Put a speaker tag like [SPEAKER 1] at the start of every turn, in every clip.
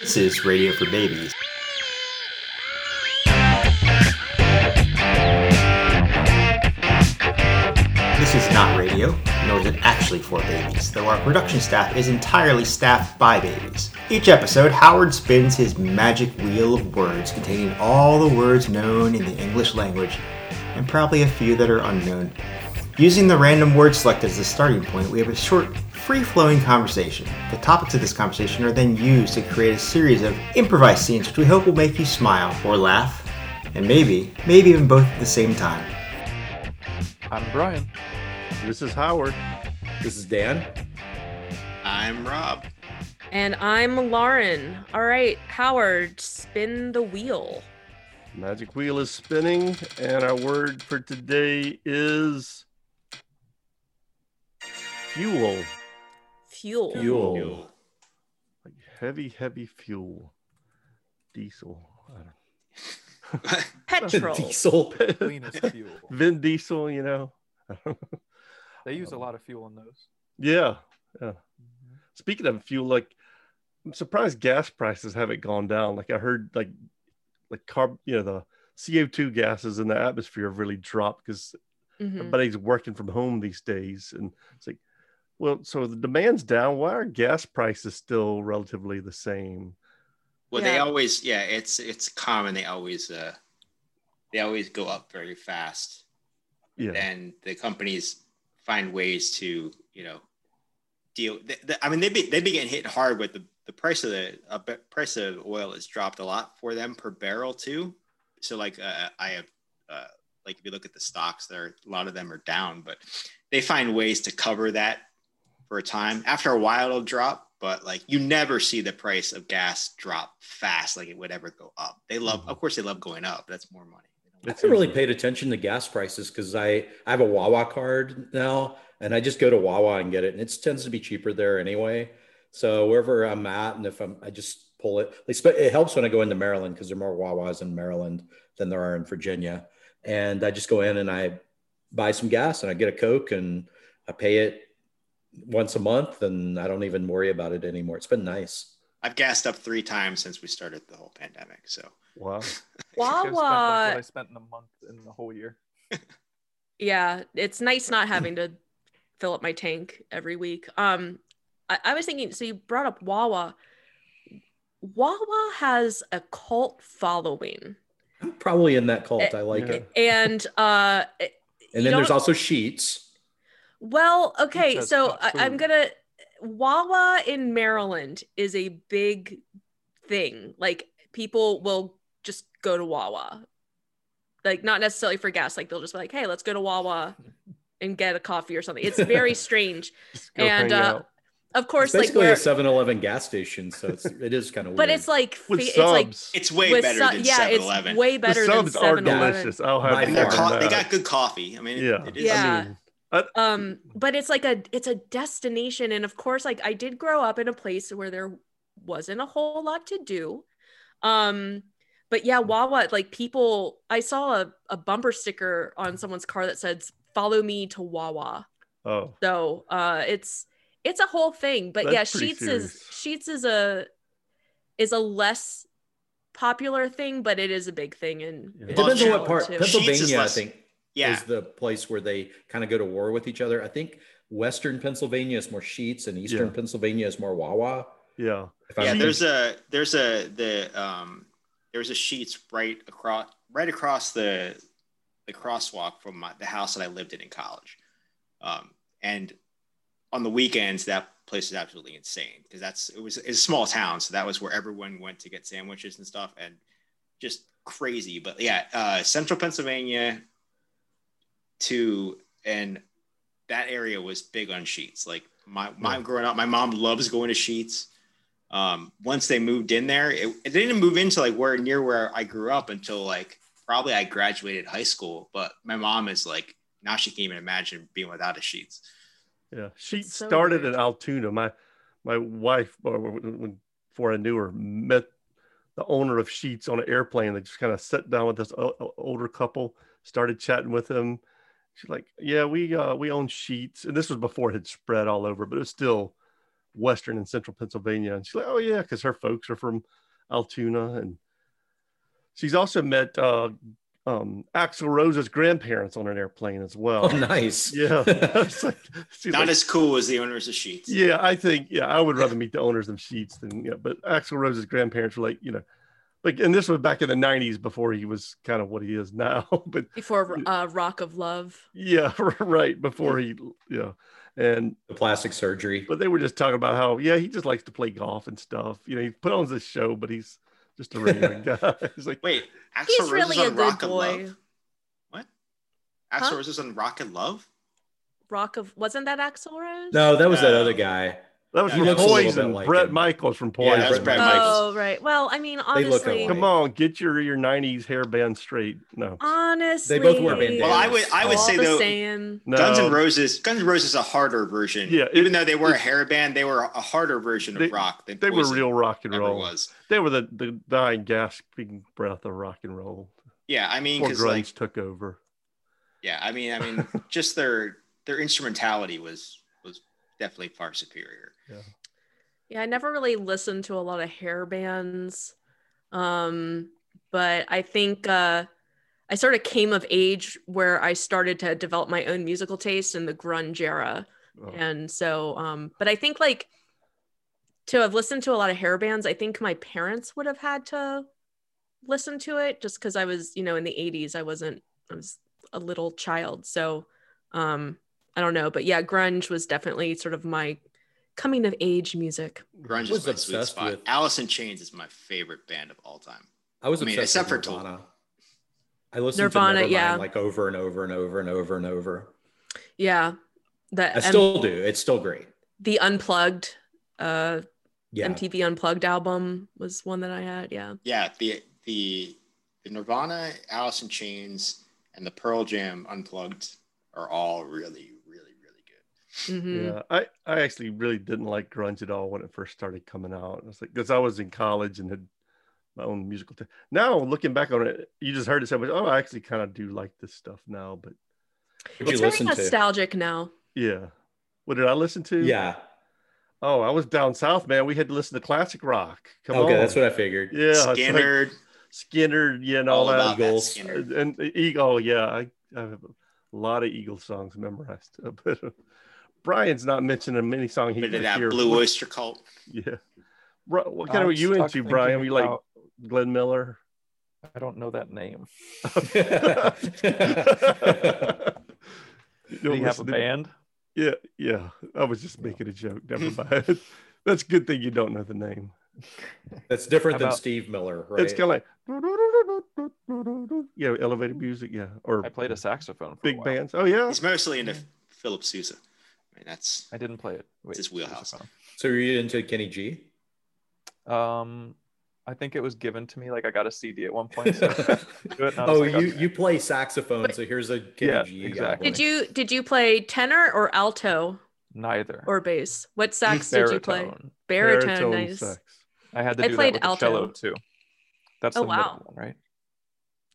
[SPEAKER 1] This is Radio for Babies. This is not radio, nor is it actually for babies, though our production staff is entirely staffed by babies. Each episode, Howard spins his magic wheel of words containing all the words known in the English language, and probably a few that are unknown. Using the random word select as the starting point, we have a short, free flowing conversation. The topics of this conversation are then used to create a series of improvised scenes which we hope will make you smile or laugh, and maybe, maybe even both at the same time.
[SPEAKER 2] I'm Brian.
[SPEAKER 3] This is Howard. This is Dan.
[SPEAKER 4] I'm Rob.
[SPEAKER 5] And I'm Lauren. All right, Howard, spin the wheel.
[SPEAKER 3] Magic wheel is spinning, and our word for today is fuel.
[SPEAKER 5] Fuel.
[SPEAKER 2] Fuel.
[SPEAKER 3] Like heavy, heavy fuel. Diesel. I don't
[SPEAKER 5] Petrol.
[SPEAKER 2] Diesel. Cleanest fuel.
[SPEAKER 3] Vin Diesel, you know. I don't know.
[SPEAKER 2] They use a
[SPEAKER 3] Um,
[SPEAKER 2] lot of fuel in those.
[SPEAKER 3] yeah. Speaking of fuel, like I'm surprised gas prices haven't gone down. Like I heard like like carb you know, the CO2 gases in the atmosphere have really dropped because
[SPEAKER 5] Mhm.
[SPEAKER 3] everybody's Uh, working from home these days and it's like well so the demand's down why are gas prices still relatively the same
[SPEAKER 4] Well, they
[SPEAKER 5] Yeah.
[SPEAKER 4] always, yeah, it's it's common. They always, uh, they always go up very fast,
[SPEAKER 3] yeah
[SPEAKER 4] and the companies find ways to, you know, deal. th th- I mean, they've been they've been getting hit hard with the the price of the uh, b- price of oil has dropped a lot for them per barrel too. So like, uh, I have, uh, like if you look at the stocks, there a lot of them are down, but they find ways to cover that for a time. After a while, it'll drop, but like you never see the price of gas drop fast like it would ever go up. They love, of course, they love going up. That's more money.
[SPEAKER 6] I haven't really paid attention to gas prices because I, I have a Wawa card now and I just go to Wawa and get it. And it tends to be cheaper there anyway. So wherever I'm at, and if I'm, I just pull it. Like, spe- It helps when I go into Maryland because there are more Wawas in Maryland than there are in Virginia. And I just go in and I buy some gas and I get a Coke and I pay it once a month and I don't even worry about it anymore. It's been nice.
[SPEAKER 4] I've gassed up three times since we started the whole pandemic. So
[SPEAKER 2] I
[SPEAKER 3] wow
[SPEAKER 2] think I've spent like what I
[SPEAKER 5] Wawa.
[SPEAKER 2] spent in a month in the whole year.
[SPEAKER 5] Yeah, it's nice not having to fill up my tank every week. Um, I, I was thinking. So you brought up Wawa. Wawa has a cult following,
[SPEAKER 6] I'm probably in that cult. I like
[SPEAKER 3] Yeah.
[SPEAKER 6] it.
[SPEAKER 5] and uh,
[SPEAKER 6] And
[SPEAKER 5] eh, You
[SPEAKER 6] then there's
[SPEAKER 5] don't-
[SPEAKER 6] also sheets.
[SPEAKER 5] Well, okay,
[SPEAKER 2] has
[SPEAKER 5] so
[SPEAKER 2] got
[SPEAKER 5] I, I'm
[SPEAKER 2] food.
[SPEAKER 5] gonna Wawa in Maryland is a big thing. Like people will just go to Wawa. Like not necessarily for gas, like they'll just be like, hey, let's go to Wawa and get a coffee or something. It's very strange.
[SPEAKER 3] Just go
[SPEAKER 5] And,
[SPEAKER 3] hang
[SPEAKER 5] uh,
[SPEAKER 3] out
[SPEAKER 5] Of course, like
[SPEAKER 6] it's basically
[SPEAKER 5] where,
[SPEAKER 6] a 7-Eleven gas station, so it's, it is kind of
[SPEAKER 5] but
[SPEAKER 6] weird.
[SPEAKER 5] it's like
[SPEAKER 3] with
[SPEAKER 5] fe- it's like
[SPEAKER 3] subs
[SPEAKER 4] it's way
[SPEAKER 5] with
[SPEAKER 4] better
[SPEAKER 5] su-
[SPEAKER 4] than
[SPEAKER 5] yeah,
[SPEAKER 4] 7
[SPEAKER 5] it's
[SPEAKER 4] Eleven.
[SPEAKER 5] way better
[SPEAKER 3] the
[SPEAKER 5] than
[SPEAKER 3] subs are
[SPEAKER 5] 7-Eleven.
[SPEAKER 3] delicious i'll have
[SPEAKER 6] By
[SPEAKER 4] And
[SPEAKER 3] you
[SPEAKER 4] they're
[SPEAKER 3] on
[SPEAKER 6] far.
[SPEAKER 4] co-
[SPEAKER 3] that.
[SPEAKER 4] they got good coffee. I mean, it-
[SPEAKER 3] Yeah.
[SPEAKER 4] it is.
[SPEAKER 5] Yeah.
[SPEAKER 3] I mean, I-
[SPEAKER 5] um but it's like a it's a destination and of course like i did grow up in a place where there wasn't a whole lot to do um but yeah wawa like people i saw a, a bumper sticker on someone's car that said follow me to wawa
[SPEAKER 3] oh
[SPEAKER 5] so uh it's it's a whole thing but yeah
[SPEAKER 3] That's pretty
[SPEAKER 5] sheets is
[SPEAKER 3] serious.
[SPEAKER 5] sheets is a is a less popular thing but it is a big thing in
[SPEAKER 3] Yeah.
[SPEAKER 6] it depends on what
[SPEAKER 4] Well,
[SPEAKER 6] part.
[SPEAKER 5] too.
[SPEAKER 4] Sheets is
[SPEAKER 6] Pennsylvania, I
[SPEAKER 4] less-
[SPEAKER 6] think,
[SPEAKER 4] Yeah.
[SPEAKER 6] is the place where they kind of go to war with each other. I think Western Pennsylvania is more sheets, and Eastern
[SPEAKER 3] Yeah.
[SPEAKER 6] Pennsylvania is more Wawa.
[SPEAKER 3] yeah
[SPEAKER 6] If
[SPEAKER 4] yeah
[SPEAKER 6] I'm
[SPEAKER 4] there's a there's a the um there's a sheets right across right across the the crosswalk from my, the house that i lived in in college um and on the weekends that place is absolutely insane because that's it was it's a small town so that was where everyone went to get sandwiches and stuff and just crazy but yeah uh central pennsylvania to and that area was big on sheets like my my growing up my mom loves going to sheets um, once they moved in there, it, it didn't move into like where near where I grew up until like probably I graduated high school. But my mom is like now she can't even imagine being without a sheets.
[SPEAKER 3] yeah she
[SPEAKER 5] So
[SPEAKER 3] started
[SPEAKER 5] weird.
[SPEAKER 3] in altoona my my wife uh, or when- when- before i knew her met the owner of sheets on an airplane they just kind of sat down with this o- o- older couple started chatting with him she's like yeah we uh we own sheets and this was before it had spread all over but it was still Western and Central Pennsylvania. And she's like, oh, yeah, because her folks are from Altoona. And she's also met uh, um, Axel Rose's grandparents on an airplane as well.
[SPEAKER 6] Oh, nice.
[SPEAKER 3] Yeah. It's like- she's
[SPEAKER 4] Not
[SPEAKER 3] like,
[SPEAKER 4] as cool as the owners of sheets.
[SPEAKER 3] yeah, I think, yeah, I would rather meet the owners of Sheets than, yeah, but Axel Rose's grandparents were like, you know, like, and this was back in the 90s before he was kind of what he is now. But
[SPEAKER 5] before uh, Rock of Love.
[SPEAKER 3] yeah, right before he, yeah. And
[SPEAKER 6] the plastic surgery.
[SPEAKER 3] but they were just talking about how yeah he just likes to play golf and stuff you know he put on this show but he's just a regular guy he's like
[SPEAKER 4] Wait, Axl
[SPEAKER 5] He's
[SPEAKER 4] Rose
[SPEAKER 5] really
[SPEAKER 4] is
[SPEAKER 5] a
[SPEAKER 4] on Rock
[SPEAKER 5] good
[SPEAKER 4] and
[SPEAKER 5] boy.
[SPEAKER 4] Love. What? Axl
[SPEAKER 5] Huh?
[SPEAKER 4] Rose is on Rock and Love.
[SPEAKER 5] Rock of wasn't that Axl Rose?
[SPEAKER 6] No, that was that
[SPEAKER 4] Uh,
[SPEAKER 6] other guy.
[SPEAKER 3] that was
[SPEAKER 4] He
[SPEAKER 3] from
[SPEAKER 4] looks a little
[SPEAKER 3] poison
[SPEAKER 6] bit like
[SPEAKER 3] brett
[SPEAKER 6] him.
[SPEAKER 3] michaels from
[SPEAKER 6] Yeah,
[SPEAKER 3] poison
[SPEAKER 6] that's Brett
[SPEAKER 5] Oh
[SPEAKER 4] Michaels.
[SPEAKER 5] right. Well, I mean,
[SPEAKER 6] They look
[SPEAKER 5] honestly,
[SPEAKER 6] alike.
[SPEAKER 3] come on get your your 90s hairband straight no
[SPEAKER 4] Um,
[SPEAKER 5] honestly,
[SPEAKER 6] They both wear bandanas.
[SPEAKER 4] Well, I would- I would
[SPEAKER 5] all
[SPEAKER 4] say
[SPEAKER 5] the
[SPEAKER 4] though-
[SPEAKER 5] same.
[SPEAKER 3] no
[SPEAKER 4] Guns N' Roses. Guns N' Roses is a harder version.
[SPEAKER 3] Yeah, it-
[SPEAKER 4] even though they were a hair band, they were a harder version
[SPEAKER 3] They-
[SPEAKER 4] of rock than
[SPEAKER 3] they were
[SPEAKER 4] Poison
[SPEAKER 3] real rock and
[SPEAKER 4] ever
[SPEAKER 3] roll
[SPEAKER 4] was.
[SPEAKER 3] they were the, the dying gasping breath of rock and roll
[SPEAKER 4] Yeah, I mean,
[SPEAKER 3] before
[SPEAKER 4] because
[SPEAKER 3] grunge
[SPEAKER 4] like,
[SPEAKER 3] took over
[SPEAKER 4] yeah, I mean, I mean, just their their instrumentality was was definitely far superior.
[SPEAKER 5] Yeah, I never really listened to a lot of hair bands. Um, but I think uh I sort of came of age where I started to develop my own musical taste in the grunge era.
[SPEAKER 3] Oh,
[SPEAKER 5] And so um but I think like to have listened to a lot of hair bands, I think my parents would have had to listen to it just cuz I was, you know, in the 80s, I wasn't I was a little child. So um I don't know, but yeah, grunge was definitely sort of my coming of age music.
[SPEAKER 4] Grunge
[SPEAKER 6] Was
[SPEAKER 4] is my sweet
[SPEAKER 6] obsessed
[SPEAKER 4] spot.
[SPEAKER 6] with-
[SPEAKER 4] Alice in Chains is my favorite band of all time.
[SPEAKER 6] I was
[SPEAKER 4] I mean,
[SPEAKER 6] obsessed
[SPEAKER 4] except for
[SPEAKER 6] with
[SPEAKER 4] Tool.
[SPEAKER 6] Nirvana. I listened
[SPEAKER 5] Nirvana,
[SPEAKER 6] to Nevermind,
[SPEAKER 5] yeah.
[SPEAKER 6] like over and over and over and over and over.
[SPEAKER 5] Yeah. The
[SPEAKER 6] I
[SPEAKER 5] M-
[SPEAKER 6] still do. It's still great.
[SPEAKER 5] the unplugged uh
[SPEAKER 6] Yeah.
[SPEAKER 5] MTV unplugged album was one that I had. Yeah.
[SPEAKER 4] Yeah, the the the Nirvana, Alice in Chains, and the Pearl Jam Unplugged are all really, really, really good.
[SPEAKER 5] hmm
[SPEAKER 4] mm.
[SPEAKER 3] yeah i i actually really didn't like grunge at all when it first started coming out i was like because i was in college and had my own musical ta- now looking back on it you just heard it so much oh i actually kind of do like this stuff now but
[SPEAKER 6] Would you
[SPEAKER 5] It's very
[SPEAKER 6] listen to?
[SPEAKER 5] nostalgic now.
[SPEAKER 3] yeah what did i listen to
[SPEAKER 6] Yeah.
[SPEAKER 3] oh i was down south man we had to listen to classic rock come
[SPEAKER 6] okay,
[SPEAKER 3] on
[SPEAKER 6] that's what I figured.
[SPEAKER 3] yeah it's like
[SPEAKER 4] Skinner,
[SPEAKER 3] skinner yeah and all,
[SPEAKER 4] all
[SPEAKER 3] that
[SPEAKER 4] about that
[SPEAKER 6] Eagles.
[SPEAKER 4] Skinner.
[SPEAKER 3] and the eagle oh, yeah I, I have a lot of eagle songs memorized but brian's not mentioning many song he
[SPEAKER 4] Bit of
[SPEAKER 3] would
[SPEAKER 4] that
[SPEAKER 3] hear.
[SPEAKER 4] Blue Oyster Cult.
[SPEAKER 3] Yeah. Bro, what kind
[SPEAKER 2] I'm
[SPEAKER 3] of were you
[SPEAKER 2] stuck
[SPEAKER 3] into,
[SPEAKER 2] thinking
[SPEAKER 3] Brian? Were you like
[SPEAKER 2] about-
[SPEAKER 3] Glenn Miller?
[SPEAKER 2] I don't know that name.
[SPEAKER 3] You
[SPEAKER 2] Do
[SPEAKER 3] don't
[SPEAKER 2] you have a
[SPEAKER 3] listen to-
[SPEAKER 2] band?
[SPEAKER 3] Yeah, yeah. I was just making a joke. Never mind. That's a good thing you don't know the name.
[SPEAKER 6] that's different
[SPEAKER 2] How
[SPEAKER 6] than
[SPEAKER 2] about-
[SPEAKER 6] Steve Miller, right?
[SPEAKER 3] It's kind of like yeah, elevated music. Yeah, or
[SPEAKER 2] I played a saxophone. For a
[SPEAKER 3] big
[SPEAKER 2] while.
[SPEAKER 3] bands. Oh yeah,
[SPEAKER 4] He's mostly into Philip Sousa. I mean, that's
[SPEAKER 2] I didn't play it. Wait,
[SPEAKER 4] his wheelhouse.
[SPEAKER 2] saxophone.
[SPEAKER 6] so were you into Kenny G?
[SPEAKER 2] Um, I think it was given to me. Like I got a CD at one point. So I listened to it, and I was
[SPEAKER 6] oh,
[SPEAKER 2] like,
[SPEAKER 6] you
[SPEAKER 2] okay.
[SPEAKER 6] you play saxophone, so here's a Kenny
[SPEAKER 2] Yeah,
[SPEAKER 6] G.
[SPEAKER 2] exactly.
[SPEAKER 5] Did you did you play tenor or alto
[SPEAKER 2] neither
[SPEAKER 5] or bass? What sax did you play?
[SPEAKER 2] Baritone.
[SPEAKER 5] Baritone, nice.
[SPEAKER 3] sax.
[SPEAKER 2] I had to
[SPEAKER 5] I
[SPEAKER 2] do
[SPEAKER 5] played
[SPEAKER 2] that with the cello
[SPEAKER 5] alto.
[SPEAKER 2] too. That's
[SPEAKER 5] Oh,
[SPEAKER 2] the middle
[SPEAKER 5] wow.
[SPEAKER 2] one, right?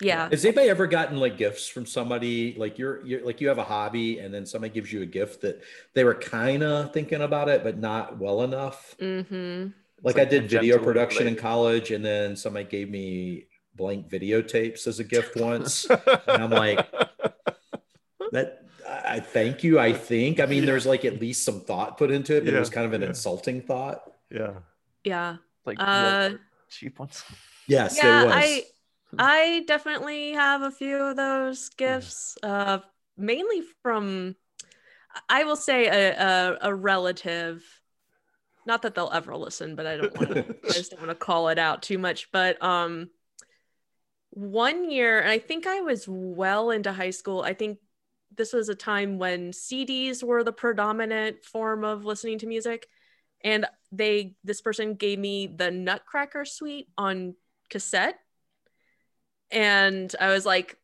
[SPEAKER 5] Yeah.
[SPEAKER 6] Has anybody ever gotten like gifts from somebody? Like you're, you're like you have a hobby, and then somebody gives you a gift that they were kind of thinking about it, but not well enough.
[SPEAKER 5] hmm
[SPEAKER 6] Like,
[SPEAKER 2] like
[SPEAKER 6] I did video
[SPEAKER 2] tangentially
[SPEAKER 6] production in
[SPEAKER 2] related.
[SPEAKER 6] college, and then somebody gave me blank videotapes as a gift once. and I'm like, that I I thank you. I think. I mean,
[SPEAKER 3] Yeah.
[SPEAKER 6] there's like at least some thought put into it, but
[SPEAKER 3] Yeah,
[SPEAKER 6] it was kind of an
[SPEAKER 3] yeah.
[SPEAKER 6] insulting thought.
[SPEAKER 3] yeah.
[SPEAKER 5] Yeah.
[SPEAKER 2] Like
[SPEAKER 5] Uh,
[SPEAKER 2] low- cheap ones.
[SPEAKER 6] Yes,
[SPEAKER 5] yeah,
[SPEAKER 6] it was.
[SPEAKER 5] I I definitely have a few of those gifts, uh, mainly from I will say a, a, a relative. Not that they'll ever listen, but I don't want to. I just don't want to call it out too much. But um, one year, and I think I was well into high school. I think this was a time when CDs were the predominant form of listening to music, and they this person gave me the Nutcracker Suite on cassette and i was like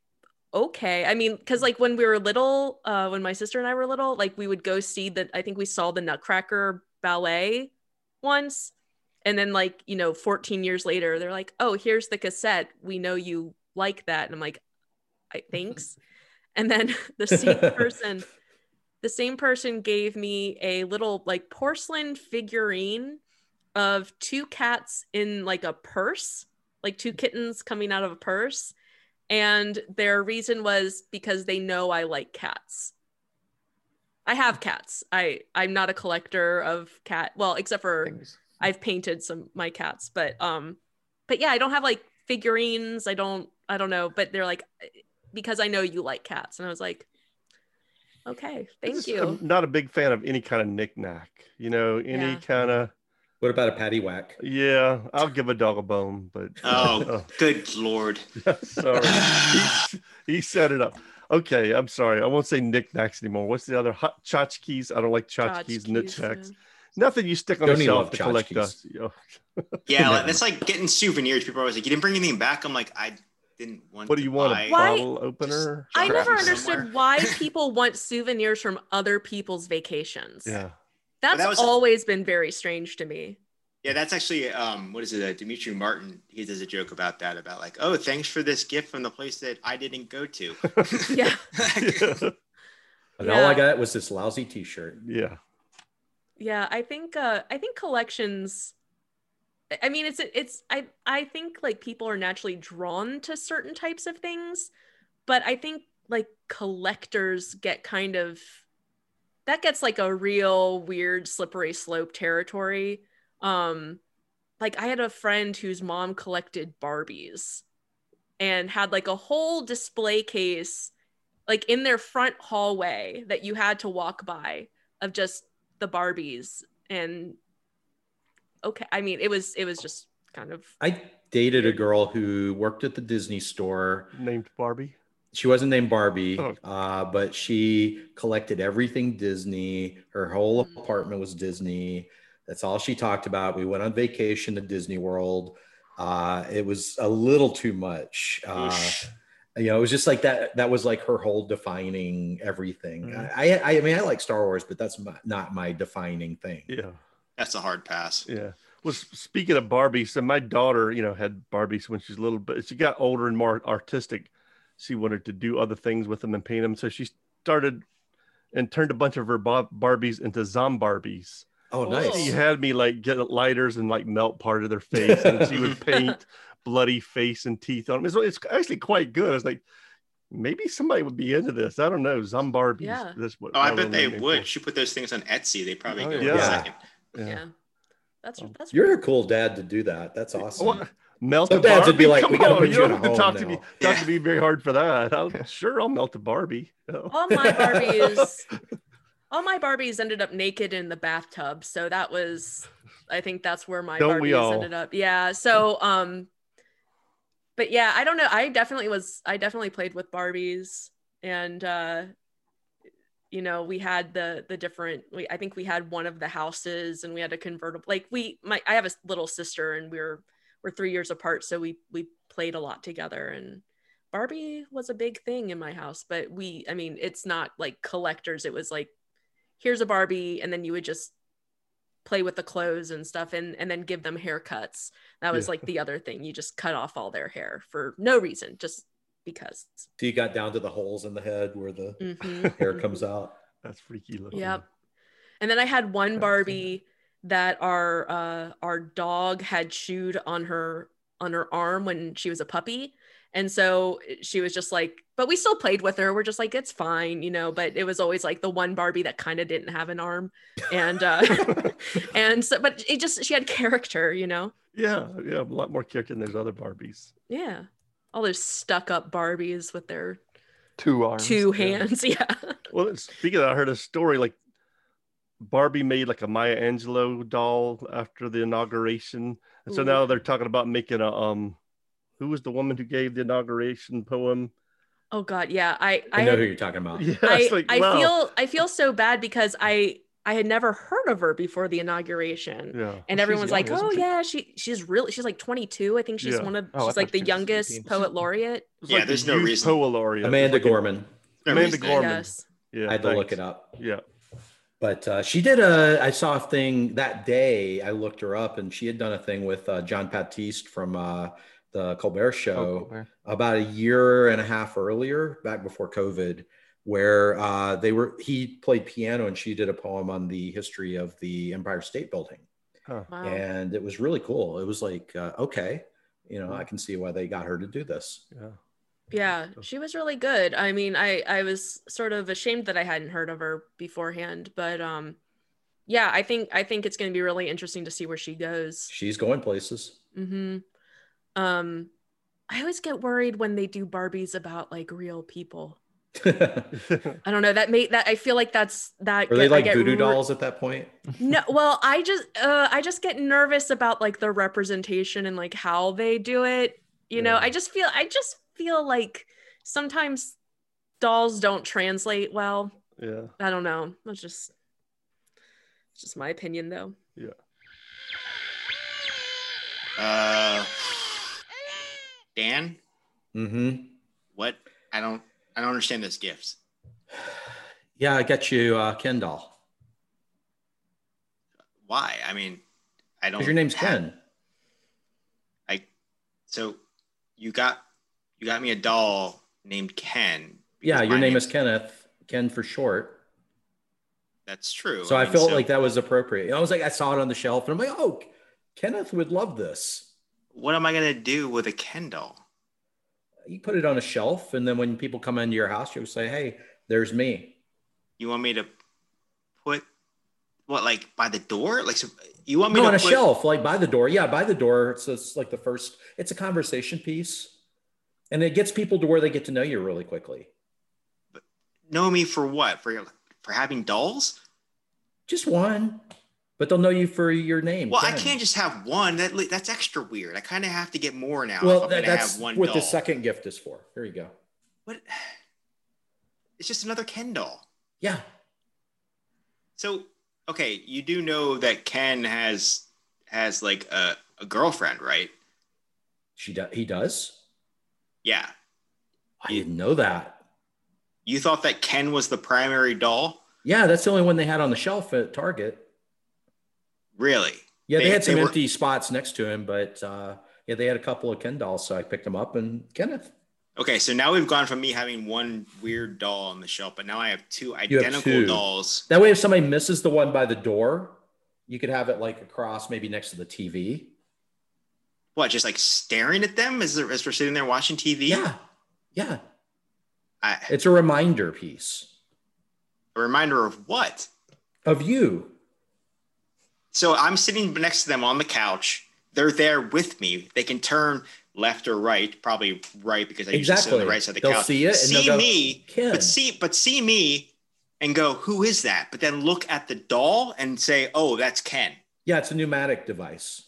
[SPEAKER 5] okay i mean because like when we were little uh when my sister and i were little like we would go see the i think we saw the nutcracker ballet once and then like you know 14 years later they're like oh here's the cassette we know you like that and i'm like i thanks and then the same person the same person gave me a little like porcelain figurine of two cats in like a purse, like two kittens coming out of a purse. And their reason was because they know I like cats. I have cats. I I'm not a collector of cat. Well, except for
[SPEAKER 2] Things.
[SPEAKER 5] I've painted some my cats, but um, but yeah, I don't have like figurines. I don't I don't know, but they're like because I know you like cats, and I was like, okay, thank
[SPEAKER 3] Just,
[SPEAKER 5] you.
[SPEAKER 3] I'm not a big fan of any kind of knickknack. You know, any
[SPEAKER 5] Yeah.
[SPEAKER 3] kind of
[SPEAKER 6] What about a patty whack?
[SPEAKER 3] yeah. I'll give a dog a bone, but Oh,
[SPEAKER 4] Oh, good lord.
[SPEAKER 3] sorry, he, he set it up. Okay, I'm sorry. I won't say knickknacks anymore. What's the other hot tchotchkes? I don't like tchotchkes, knickknacks.
[SPEAKER 5] yeah.
[SPEAKER 3] Nothing you stick on
[SPEAKER 6] Don't
[SPEAKER 3] the
[SPEAKER 6] even
[SPEAKER 3] shelf
[SPEAKER 6] love
[SPEAKER 3] to collect
[SPEAKER 6] tchotchkes.
[SPEAKER 3] dust. you know.
[SPEAKER 4] Yeah, like, that's like getting souvenirs. People are always like, "You didn't bring anything back." I'm like, I didn't want.
[SPEAKER 3] What do you
[SPEAKER 4] to
[SPEAKER 3] want?
[SPEAKER 4] buy-
[SPEAKER 3] A
[SPEAKER 5] Why-
[SPEAKER 3] bottle opener?
[SPEAKER 5] I
[SPEAKER 4] Crap
[SPEAKER 5] never
[SPEAKER 4] from
[SPEAKER 5] understood
[SPEAKER 4] somewhere.
[SPEAKER 5] why people want souvenirs from other people's vacations.
[SPEAKER 3] Yeah.
[SPEAKER 5] That's
[SPEAKER 4] that was-
[SPEAKER 5] always been very strange to me.
[SPEAKER 4] Yeah, that's actually um, what is it? Uh, Dimitri Martin. He does a joke about that. About like, oh, thanks for this gift from the place that I didn't go to.
[SPEAKER 5] Yeah.
[SPEAKER 3] yeah.
[SPEAKER 6] And all I
[SPEAKER 5] Yeah.
[SPEAKER 6] got was this lousy T-shirt.
[SPEAKER 3] Yeah.
[SPEAKER 5] Yeah, I think uh I think collections I- I mean it's it's I I think like people are naturally drawn to certain types of things, but I think like collectors get kind of that gets like a real weird slippery slope territory. Um like I had a friend whose mom collected Barbies and had like a whole display case like in their front hallway that you had to walk by of just the Barbies and okay, I mean it was it was just kind of
[SPEAKER 6] I dated a girl who worked at the Disney store.
[SPEAKER 3] Named Barbie.
[SPEAKER 6] She wasn't named Barbie,
[SPEAKER 3] Oh.
[SPEAKER 6] uh, but she collected everything Disney. Her whole
[SPEAKER 5] Mm.
[SPEAKER 6] apartment was Disney. That's all she talked about. We went on vacation to Disney World. Uh, it was a little too much. Uh,
[SPEAKER 4] Oosh.
[SPEAKER 6] you know, it was just like that. That was like her whole defining everything.
[SPEAKER 3] Mm.
[SPEAKER 6] I, I, I mean, I like Star Wars, but that's my, not my defining thing.
[SPEAKER 3] Yeah.
[SPEAKER 4] That's a hard pass.
[SPEAKER 3] Yeah. Well, s- speaking of Barbie, so my daughter, you know, had Barbies when she was little, but she got older and more artistic. She wanted to do other things with them and paint them. So she started and turned a bunch of her Bob- Barbies into Zombarbies.
[SPEAKER 6] Oh,
[SPEAKER 5] Oh.
[SPEAKER 3] She
[SPEAKER 6] nice.
[SPEAKER 3] had me like get lighters and like melt part of their face, and she would paint bloody face and teeth on them. It's, it's actually quite good. I was like, maybe somebody would be into this. I don't know. Zombarbies.
[SPEAKER 5] Yeah.
[SPEAKER 3] That's what.
[SPEAKER 4] Oh, I
[SPEAKER 3] that
[SPEAKER 4] bet
[SPEAKER 3] was
[SPEAKER 4] they
[SPEAKER 3] named
[SPEAKER 4] would.
[SPEAKER 3] for.
[SPEAKER 4] She put those things on Etsy. They probably
[SPEAKER 3] Oh,
[SPEAKER 4] go in
[SPEAKER 3] yeah.
[SPEAKER 4] a second.
[SPEAKER 5] yeah.
[SPEAKER 3] Yeah.
[SPEAKER 5] That's
[SPEAKER 3] Um,
[SPEAKER 5] that's
[SPEAKER 6] Oh, You're a cool dad to do that. That's awesome.
[SPEAKER 3] Well, melt
[SPEAKER 6] Some
[SPEAKER 3] a
[SPEAKER 6] dads
[SPEAKER 3] Barbie.
[SPEAKER 6] would be like,
[SPEAKER 3] Come
[SPEAKER 6] "We gotta
[SPEAKER 3] on,
[SPEAKER 6] put
[SPEAKER 3] you
[SPEAKER 6] you
[SPEAKER 3] don't
[SPEAKER 6] in a
[SPEAKER 3] have to
[SPEAKER 6] home
[SPEAKER 3] talk to
[SPEAKER 6] now."
[SPEAKER 3] me. Talk to me very hard for that. I'll, sure, I'll melt a Barbie. Oh.
[SPEAKER 5] all my Barbies all my Barbies ended up naked in the bathtub. So that was I think that's where my
[SPEAKER 3] Don't we all?
[SPEAKER 5] Barbies ended up. Yeah. So um but yeah, I don't know. I definitely was I definitely played with Barbies and uh you know, we had the the different we I think we had one of the houses and we had a convertible like we my I have a little sister and we we're we're 3 years apart so we we played a lot together and Barbie was a big thing in my house, but we, I mean, it's not like collectors. It was like, here's a Barbie, and then you would just play with the clothes and stuff, and and then give them haircuts. That was
[SPEAKER 3] Yeah.
[SPEAKER 5] like the other thing. You just cut off all their hair for no reason, just because.
[SPEAKER 6] So you got down to the holes in the head where the
[SPEAKER 5] Mhm.
[SPEAKER 3] Mm-hmm.
[SPEAKER 6] hair comes out.
[SPEAKER 3] That's freaky looking.
[SPEAKER 5] Yep. And then I had one
[SPEAKER 3] seen
[SPEAKER 5] Barbie that our uh, our dog had chewed on her on her arm when she was a puppy, and so eh, she was just like, but we still played with her. We're just like, it's fine, you know. But it was always like the one Barbie that kind of didn't have an arm, and uh, and so, but it just she had character, you know.
[SPEAKER 3] Yeah, yeah, a lot more character than those other Barbies.
[SPEAKER 5] Yeah, all those stuck up Barbies with their
[SPEAKER 2] Two arms.
[SPEAKER 5] two
[SPEAKER 3] yeah.
[SPEAKER 5] hands. Yeah.
[SPEAKER 3] Well, and speaking of that, I heard a story like Barbie made like a Maya Angelou doll after the inauguration, and so
[SPEAKER 5] Ooh.
[SPEAKER 3] now they're talking about making a um, who was the woman who gave the inauguration poem?
[SPEAKER 5] Oh God, yeah. I
[SPEAKER 6] I
[SPEAKER 5] I
[SPEAKER 6] know
[SPEAKER 5] had
[SPEAKER 6] who you're talking about.
[SPEAKER 3] Yeah,
[SPEAKER 5] I,
[SPEAKER 3] it's like,
[SPEAKER 5] I
[SPEAKER 3] wow.
[SPEAKER 5] feel I feel so bad because I I had never heard of her before the inauguration.
[SPEAKER 3] Yeah.
[SPEAKER 2] she's
[SPEAKER 5] And everyone's like,
[SPEAKER 2] young, isn't
[SPEAKER 5] "Oh
[SPEAKER 2] she?"
[SPEAKER 5] yeah, she she's really she's like 22. I think she's
[SPEAKER 3] Yeah.
[SPEAKER 5] one of
[SPEAKER 2] Oh, I
[SPEAKER 5] she's
[SPEAKER 2] thought
[SPEAKER 5] like the
[SPEAKER 2] she was
[SPEAKER 5] youngest
[SPEAKER 2] 18.
[SPEAKER 5] poet laureate."
[SPEAKER 3] It was
[SPEAKER 4] Yeah,
[SPEAKER 3] like the
[SPEAKER 4] there's no
[SPEAKER 3] youth
[SPEAKER 4] reason.
[SPEAKER 3] Poa laureate.
[SPEAKER 6] Amanda Gorman.
[SPEAKER 4] No
[SPEAKER 3] Amanda
[SPEAKER 4] reason.
[SPEAKER 3] Gorman.
[SPEAKER 5] Yes.
[SPEAKER 3] Yeah,
[SPEAKER 6] I had to look
[SPEAKER 3] thanks.
[SPEAKER 6] it up.
[SPEAKER 3] Yeah.
[SPEAKER 6] But uh, she did a, I saw a thing that day. I looked her up and she had done a thing with uh, John Baptiste from uh, the Colbert Show
[SPEAKER 3] Oh,
[SPEAKER 2] Colbert.
[SPEAKER 6] about a year and a half earlier, back before COVID. where uh, they were he played piano and she did a poem on the history of the Empire State Building,
[SPEAKER 3] Huh.
[SPEAKER 5] Wow.
[SPEAKER 6] and it was really cool. It was like uh, okay, you know, I can see why they got her to do this.
[SPEAKER 3] Yeah.
[SPEAKER 5] Yeah,
[SPEAKER 3] So-
[SPEAKER 5] she was really good. I mean, I I was sort of ashamed that I hadn't heard of her beforehand, but um yeah, I think I think it's going to be really interesting to see where she goes.
[SPEAKER 6] She's going places.
[SPEAKER 5] Mhm. Um I always get worried when they do Barbies about like real people.
[SPEAKER 6] Were
[SPEAKER 5] I don't know, that may that I feel like that's that
[SPEAKER 6] they
[SPEAKER 5] get- I
[SPEAKER 6] like
[SPEAKER 5] get
[SPEAKER 6] voodoo
[SPEAKER 5] re-
[SPEAKER 6] dolls at that point?
[SPEAKER 5] No, well, I just uh I just get nervous about like the representation and like how they do it. You know,
[SPEAKER 3] Yeah.
[SPEAKER 5] I just feel I just feel like sometimes dolls don't translate well.
[SPEAKER 3] yeah.
[SPEAKER 5] I don't know. That's just it's just my opinion though.
[SPEAKER 4] Uh, Dan,
[SPEAKER 6] Mm-hmm.
[SPEAKER 4] what? I don't. I don't understand this gift.
[SPEAKER 6] Yeah, I got you, uh, Ken doll.
[SPEAKER 4] Why? I mean, I don't.
[SPEAKER 6] Because your name's
[SPEAKER 4] have-
[SPEAKER 6] Ken.
[SPEAKER 4] So you got you got me a doll named Ken.
[SPEAKER 6] Yeah,
[SPEAKER 4] because
[SPEAKER 6] your
[SPEAKER 4] my
[SPEAKER 6] name
[SPEAKER 4] name's-
[SPEAKER 6] is Kenneth. Ken for short.
[SPEAKER 4] That's true.
[SPEAKER 6] So I
[SPEAKER 4] mean,
[SPEAKER 6] felt like that was appropriate. I was like, I saw it on the shelf, and I'm like, oh, Kenneth would love this.
[SPEAKER 4] What am I gonna do with a Ken doll?
[SPEAKER 6] You put it on a shelf, and then when people come into your house, you say, hey, there's me.
[SPEAKER 4] You want me to put what like by the door? Like so you want me to
[SPEAKER 6] No, on a
[SPEAKER 4] put,
[SPEAKER 6] shelf, like by the door. Yeah, by the door. So it's like the first. It's a conversation piece, and it gets people to where they get to know you really quickly.
[SPEAKER 4] Know me for what? For for having dolls?
[SPEAKER 6] Just one, but they'll know you for your name.
[SPEAKER 4] Well, I
[SPEAKER 6] Ken.
[SPEAKER 4] can't just have one. That li- that's extra weird. I kind of have to get more now. "Oh, if
[SPEAKER 6] Well,
[SPEAKER 4] I'm
[SPEAKER 6] that,
[SPEAKER 4] gonna
[SPEAKER 6] that's
[SPEAKER 4] have one
[SPEAKER 6] what
[SPEAKER 4] doll.
[SPEAKER 6] the second gift is for. Here you go.
[SPEAKER 4] What? It's just another Ken doll.
[SPEAKER 6] Yeah,
[SPEAKER 4] So okay, you do know that Ken has has like a, a girlfriend, right?
[SPEAKER 6] she does. He does.
[SPEAKER 4] Yeah.
[SPEAKER 6] I didn't know that.
[SPEAKER 4] You thought that Ken was the primary doll?
[SPEAKER 6] Yeah, that's the only one they had on the shelf at Target.
[SPEAKER 4] Really?
[SPEAKER 6] Yeah, they,
[SPEAKER 4] They-
[SPEAKER 6] had some
[SPEAKER 4] they were-
[SPEAKER 6] empty spots next to him, but uh, yeah, they had a couple of Ken dolls, so I picked them up. And Kenneth,
[SPEAKER 4] Okay, so now we've gone from me having one weird doll on the shelf, but now I have two
[SPEAKER 6] have
[SPEAKER 4] identical
[SPEAKER 6] two.
[SPEAKER 4] dolls.
[SPEAKER 6] that way, if somebody misses the one by the door, you could have it like across, maybe next to the TV.
[SPEAKER 4] What, just like staring at them as, they're- as we're sitting there watching TV?
[SPEAKER 6] Yeah, yeah,
[SPEAKER 4] I,
[SPEAKER 6] it's a reminder piece
[SPEAKER 4] a reminder of what?
[SPEAKER 6] of you.
[SPEAKER 4] So I'm sitting next to them on the couch. They're there with me. They can turn left or right, probably right because I usually sit on
[SPEAKER 6] Exactly.
[SPEAKER 4] the right side of the
[SPEAKER 6] They'll
[SPEAKER 4] couch.
[SPEAKER 6] see it and
[SPEAKER 4] see
[SPEAKER 6] they'll go,
[SPEAKER 4] me,
[SPEAKER 6] Ken,
[SPEAKER 4] but see, but see me, and go, who is that? But then look at the doll and say, oh, that's Ken.
[SPEAKER 6] yeah, it's a pneumatic device.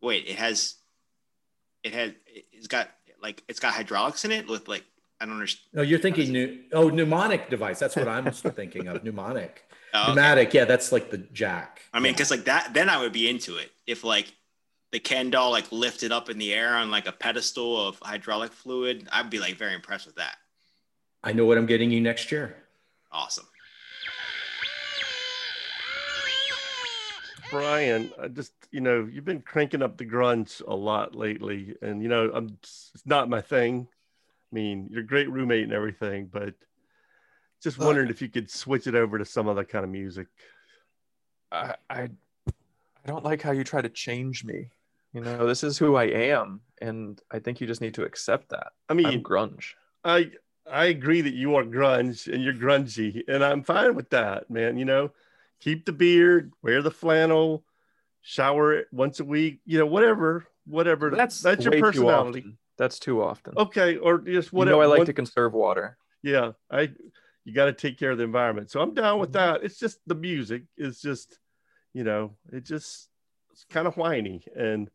[SPEAKER 4] Wait, it has, it has, it's got like it's got hydraulics in it with like I don't understand.
[SPEAKER 6] No, you're thinking new. Oh, mnemonic device. That's what I'm thinking of. Mnemonic,
[SPEAKER 4] Oh, okay.
[SPEAKER 6] pneumatic. Yeah, that's like the jack.
[SPEAKER 4] I mean, because like that, then I would be into it if like the Ken doll like lifted up in the air on like a pedestal of hydraulic fluid. I'd be like very impressed with that.
[SPEAKER 6] I know what I'm getting you next year.
[SPEAKER 4] Awesome.
[SPEAKER 3] Brian, I just you know you've been cranking up the grunge a lot lately, and you know I'm it's not my thing. I mean, you're a great roommate and everything, but just
[SPEAKER 4] Look.
[SPEAKER 3] wondering if you could switch it over to some other kind of music.
[SPEAKER 2] I, I I don't like how you try to change me. You know, this is who I am, and I think you just need to accept that.
[SPEAKER 3] I
[SPEAKER 2] I'm
[SPEAKER 3] mean,
[SPEAKER 2] grunge.
[SPEAKER 3] I I agree that you are grunge and you're grungy, and I'm fine with that, man. You know, keep the beard, wear the flannel, shower it once a week, you know, whatever, whatever.
[SPEAKER 2] That's
[SPEAKER 3] that's your
[SPEAKER 2] way too
[SPEAKER 3] personality.
[SPEAKER 2] often. That's too often.
[SPEAKER 3] Okay, or just
[SPEAKER 2] you
[SPEAKER 3] whatever.
[SPEAKER 2] know, I like
[SPEAKER 3] one-
[SPEAKER 2] to conserve water.
[SPEAKER 3] yeah i you got to take care of the environment so i'm down with
[SPEAKER 2] Mhm.
[SPEAKER 3] that it's just the music is just you know it just it's kind of whiny and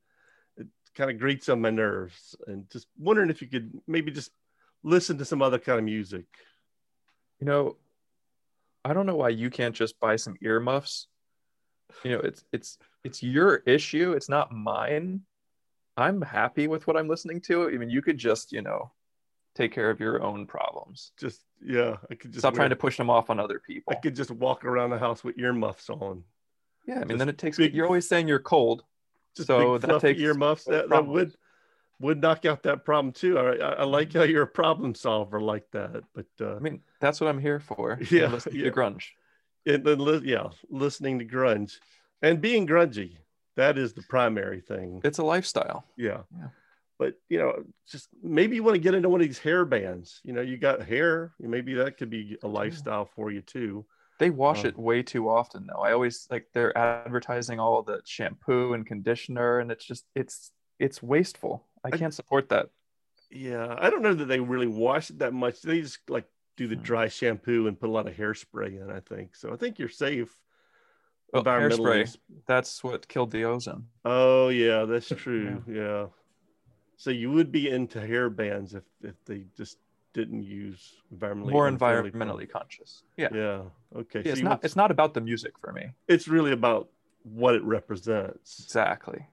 [SPEAKER 3] it kind of grates on my nerves and just wondering if you could maybe just listen to some other kind of music
[SPEAKER 2] You know, I don't know why you can't just buy some earmuffs. You know, it's it's it's your issue. It's not mine. I'm happy with what I'm listening to. I mean, you could just you know take care of your own problems.
[SPEAKER 3] just yeah i could just
[SPEAKER 2] Stop trying to
[SPEAKER 3] wear-
[SPEAKER 2] push them off on other people.
[SPEAKER 3] i could just walk around the house with earmuffs on
[SPEAKER 2] yeah, I mean,
[SPEAKER 3] just
[SPEAKER 2] then it takes.
[SPEAKER 3] big-
[SPEAKER 2] you're always saying you're cold.
[SPEAKER 3] just
[SPEAKER 2] So
[SPEAKER 3] big
[SPEAKER 2] that
[SPEAKER 3] fluffy
[SPEAKER 2] takes
[SPEAKER 3] earmuffs
[SPEAKER 2] away
[SPEAKER 3] that, that
[SPEAKER 2] problems. Mm-hmm.
[SPEAKER 3] would would knock out that problem too. I, I, I like how you're a problem solver like that. But uh,
[SPEAKER 2] I mean, that's what I'm here for.
[SPEAKER 3] Yeah,
[SPEAKER 2] Listen to
[SPEAKER 3] yeah.
[SPEAKER 2] grunge.
[SPEAKER 3] and then li- yeah, listening to grunge and being grungy, that is the primary thing.
[SPEAKER 2] It's a lifestyle.
[SPEAKER 3] Yeah.
[SPEAKER 2] Yeah.
[SPEAKER 3] But you know, just maybe you want to get into one of these hair bands. You know, you got hair. Maybe that could be a lifestyle for you too.
[SPEAKER 2] They wash
[SPEAKER 3] Oh.
[SPEAKER 2] it way too often though. I always like they're advertising all the shampoo and conditioner and it's just it's it's wasteful. I
[SPEAKER 3] I-
[SPEAKER 2] can't support that.
[SPEAKER 3] Yeah, I don't know that they really wash it that much. They just like do the
[SPEAKER 2] Hmm.
[SPEAKER 3] dry shampoo and put a lot of hairspray in. I think so. I think you're safe.
[SPEAKER 2] Well, Oh,
[SPEAKER 3] environmentally.
[SPEAKER 2] hairspray. That's what killed the ozone.
[SPEAKER 3] Oh yeah, that's true. yeah. So you would be into hair bands if if they just didn't use environmentally
[SPEAKER 2] More
[SPEAKER 3] unfairly pro-
[SPEAKER 2] environmentally conscious. Yeah. yeah.
[SPEAKER 3] Yeah. Okay.
[SPEAKER 2] it's
[SPEAKER 3] you
[SPEAKER 2] not
[SPEAKER 3] would-
[SPEAKER 2] it's not about the music for me.
[SPEAKER 3] it's really about what it represents.
[SPEAKER 2] Exactly.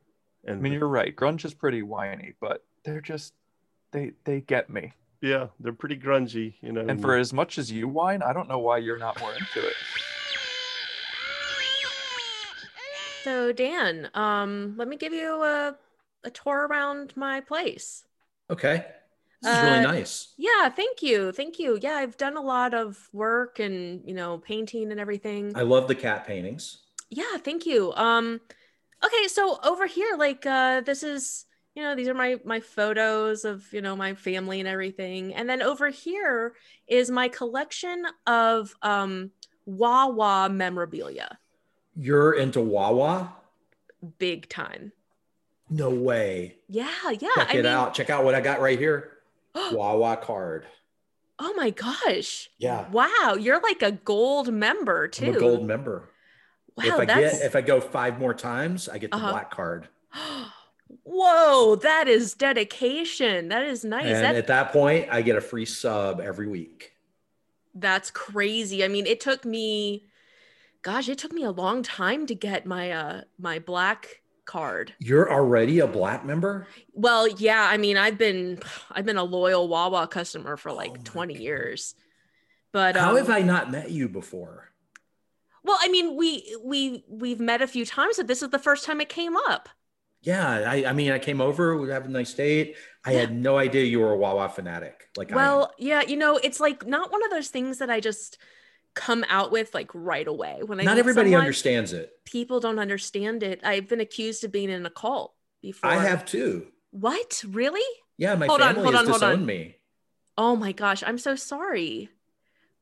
[SPEAKER 3] And
[SPEAKER 2] I mean,
[SPEAKER 3] the-
[SPEAKER 2] you're right. Grunge is pretty whiny, but they're just they they get me.
[SPEAKER 3] yeah, they're pretty grungy, you know.
[SPEAKER 2] And for as much as you whine, I don't know why you're not more into it.
[SPEAKER 5] So Dan, um, let me give you a a tour around my place.
[SPEAKER 6] Okay. This is really
[SPEAKER 5] Uh,
[SPEAKER 6] nice.
[SPEAKER 5] Yeah, thank you, thank you. Yeah, I've done a lot of work and you know painting and everything.
[SPEAKER 6] I love the cat paintings.
[SPEAKER 5] yeah thank you um okay so over here like uh this is you know these are my my photos of you know my family and everything and then over here is my collection of um wawa memorabilia
[SPEAKER 6] You're into Wawa?
[SPEAKER 5] big time
[SPEAKER 6] No way.
[SPEAKER 5] yeah yeah
[SPEAKER 6] Check
[SPEAKER 5] i
[SPEAKER 6] it
[SPEAKER 5] mean
[SPEAKER 6] out. Check out what I got right here. Wawa card.
[SPEAKER 5] oh my gosh
[SPEAKER 6] Yeah.
[SPEAKER 5] wow you're like a gold member too
[SPEAKER 6] I'm a gold member. if
[SPEAKER 5] wow
[SPEAKER 6] I
[SPEAKER 5] that's
[SPEAKER 6] get if I go five more times, I get the
[SPEAKER 5] Uh-huh.
[SPEAKER 6] black card.
[SPEAKER 5] whoa that is dedication that is nice
[SPEAKER 6] and
[SPEAKER 5] That's-
[SPEAKER 6] at that point, I get a free sub every week.
[SPEAKER 5] That's crazy. I mean, it took me gosh, it took me a long time to get my uh my black card.
[SPEAKER 6] You're already a black member?
[SPEAKER 5] Well, yeah, I mean, I've been I've been a loyal Wawa customer for like
[SPEAKER 6] Oh my
[SPEAKER 5] 20
[SPEAKER 6] God.
[SPEAKER 5] years. But um,
[SPEAKER 6] How have I not met you before?
[SPEAKER 5] Well, I mean, we we we've met a few times, but this is the first time it came up.
[SPEAKER 6] Yeah, I, I mean, I came over, we have a nice date. I had no idea you were a Wawa fanatic. Like, I am.
[SPEAKER 5] Well, yeah, you know, it's like not one of those things that I just come out with like right away when I
[SPEAKER 6] not
[SPEAKER 5] meet
[SPEAKER 6] everybody
[SPEAKER 5] someone,
[SPEAKER 6] understands it.
[SPEAKER 5] People don't understand it. I've been accused of being in a cult before.
[SPEAKER 6] I have too.
[SPEAKER 5] What? Really?
[SPEAKER 6] Yeah, my
[SPEAKER 5] Hold on,
[SPEAKER 6] family
[SPEAKER 5] hold
[SPEAKER 6] has
[SPEAKER 5] on, hold on.
[SPEAKER 6] disowned me.
[SPEAKER 5] Oh my gosh, I'm so sorry.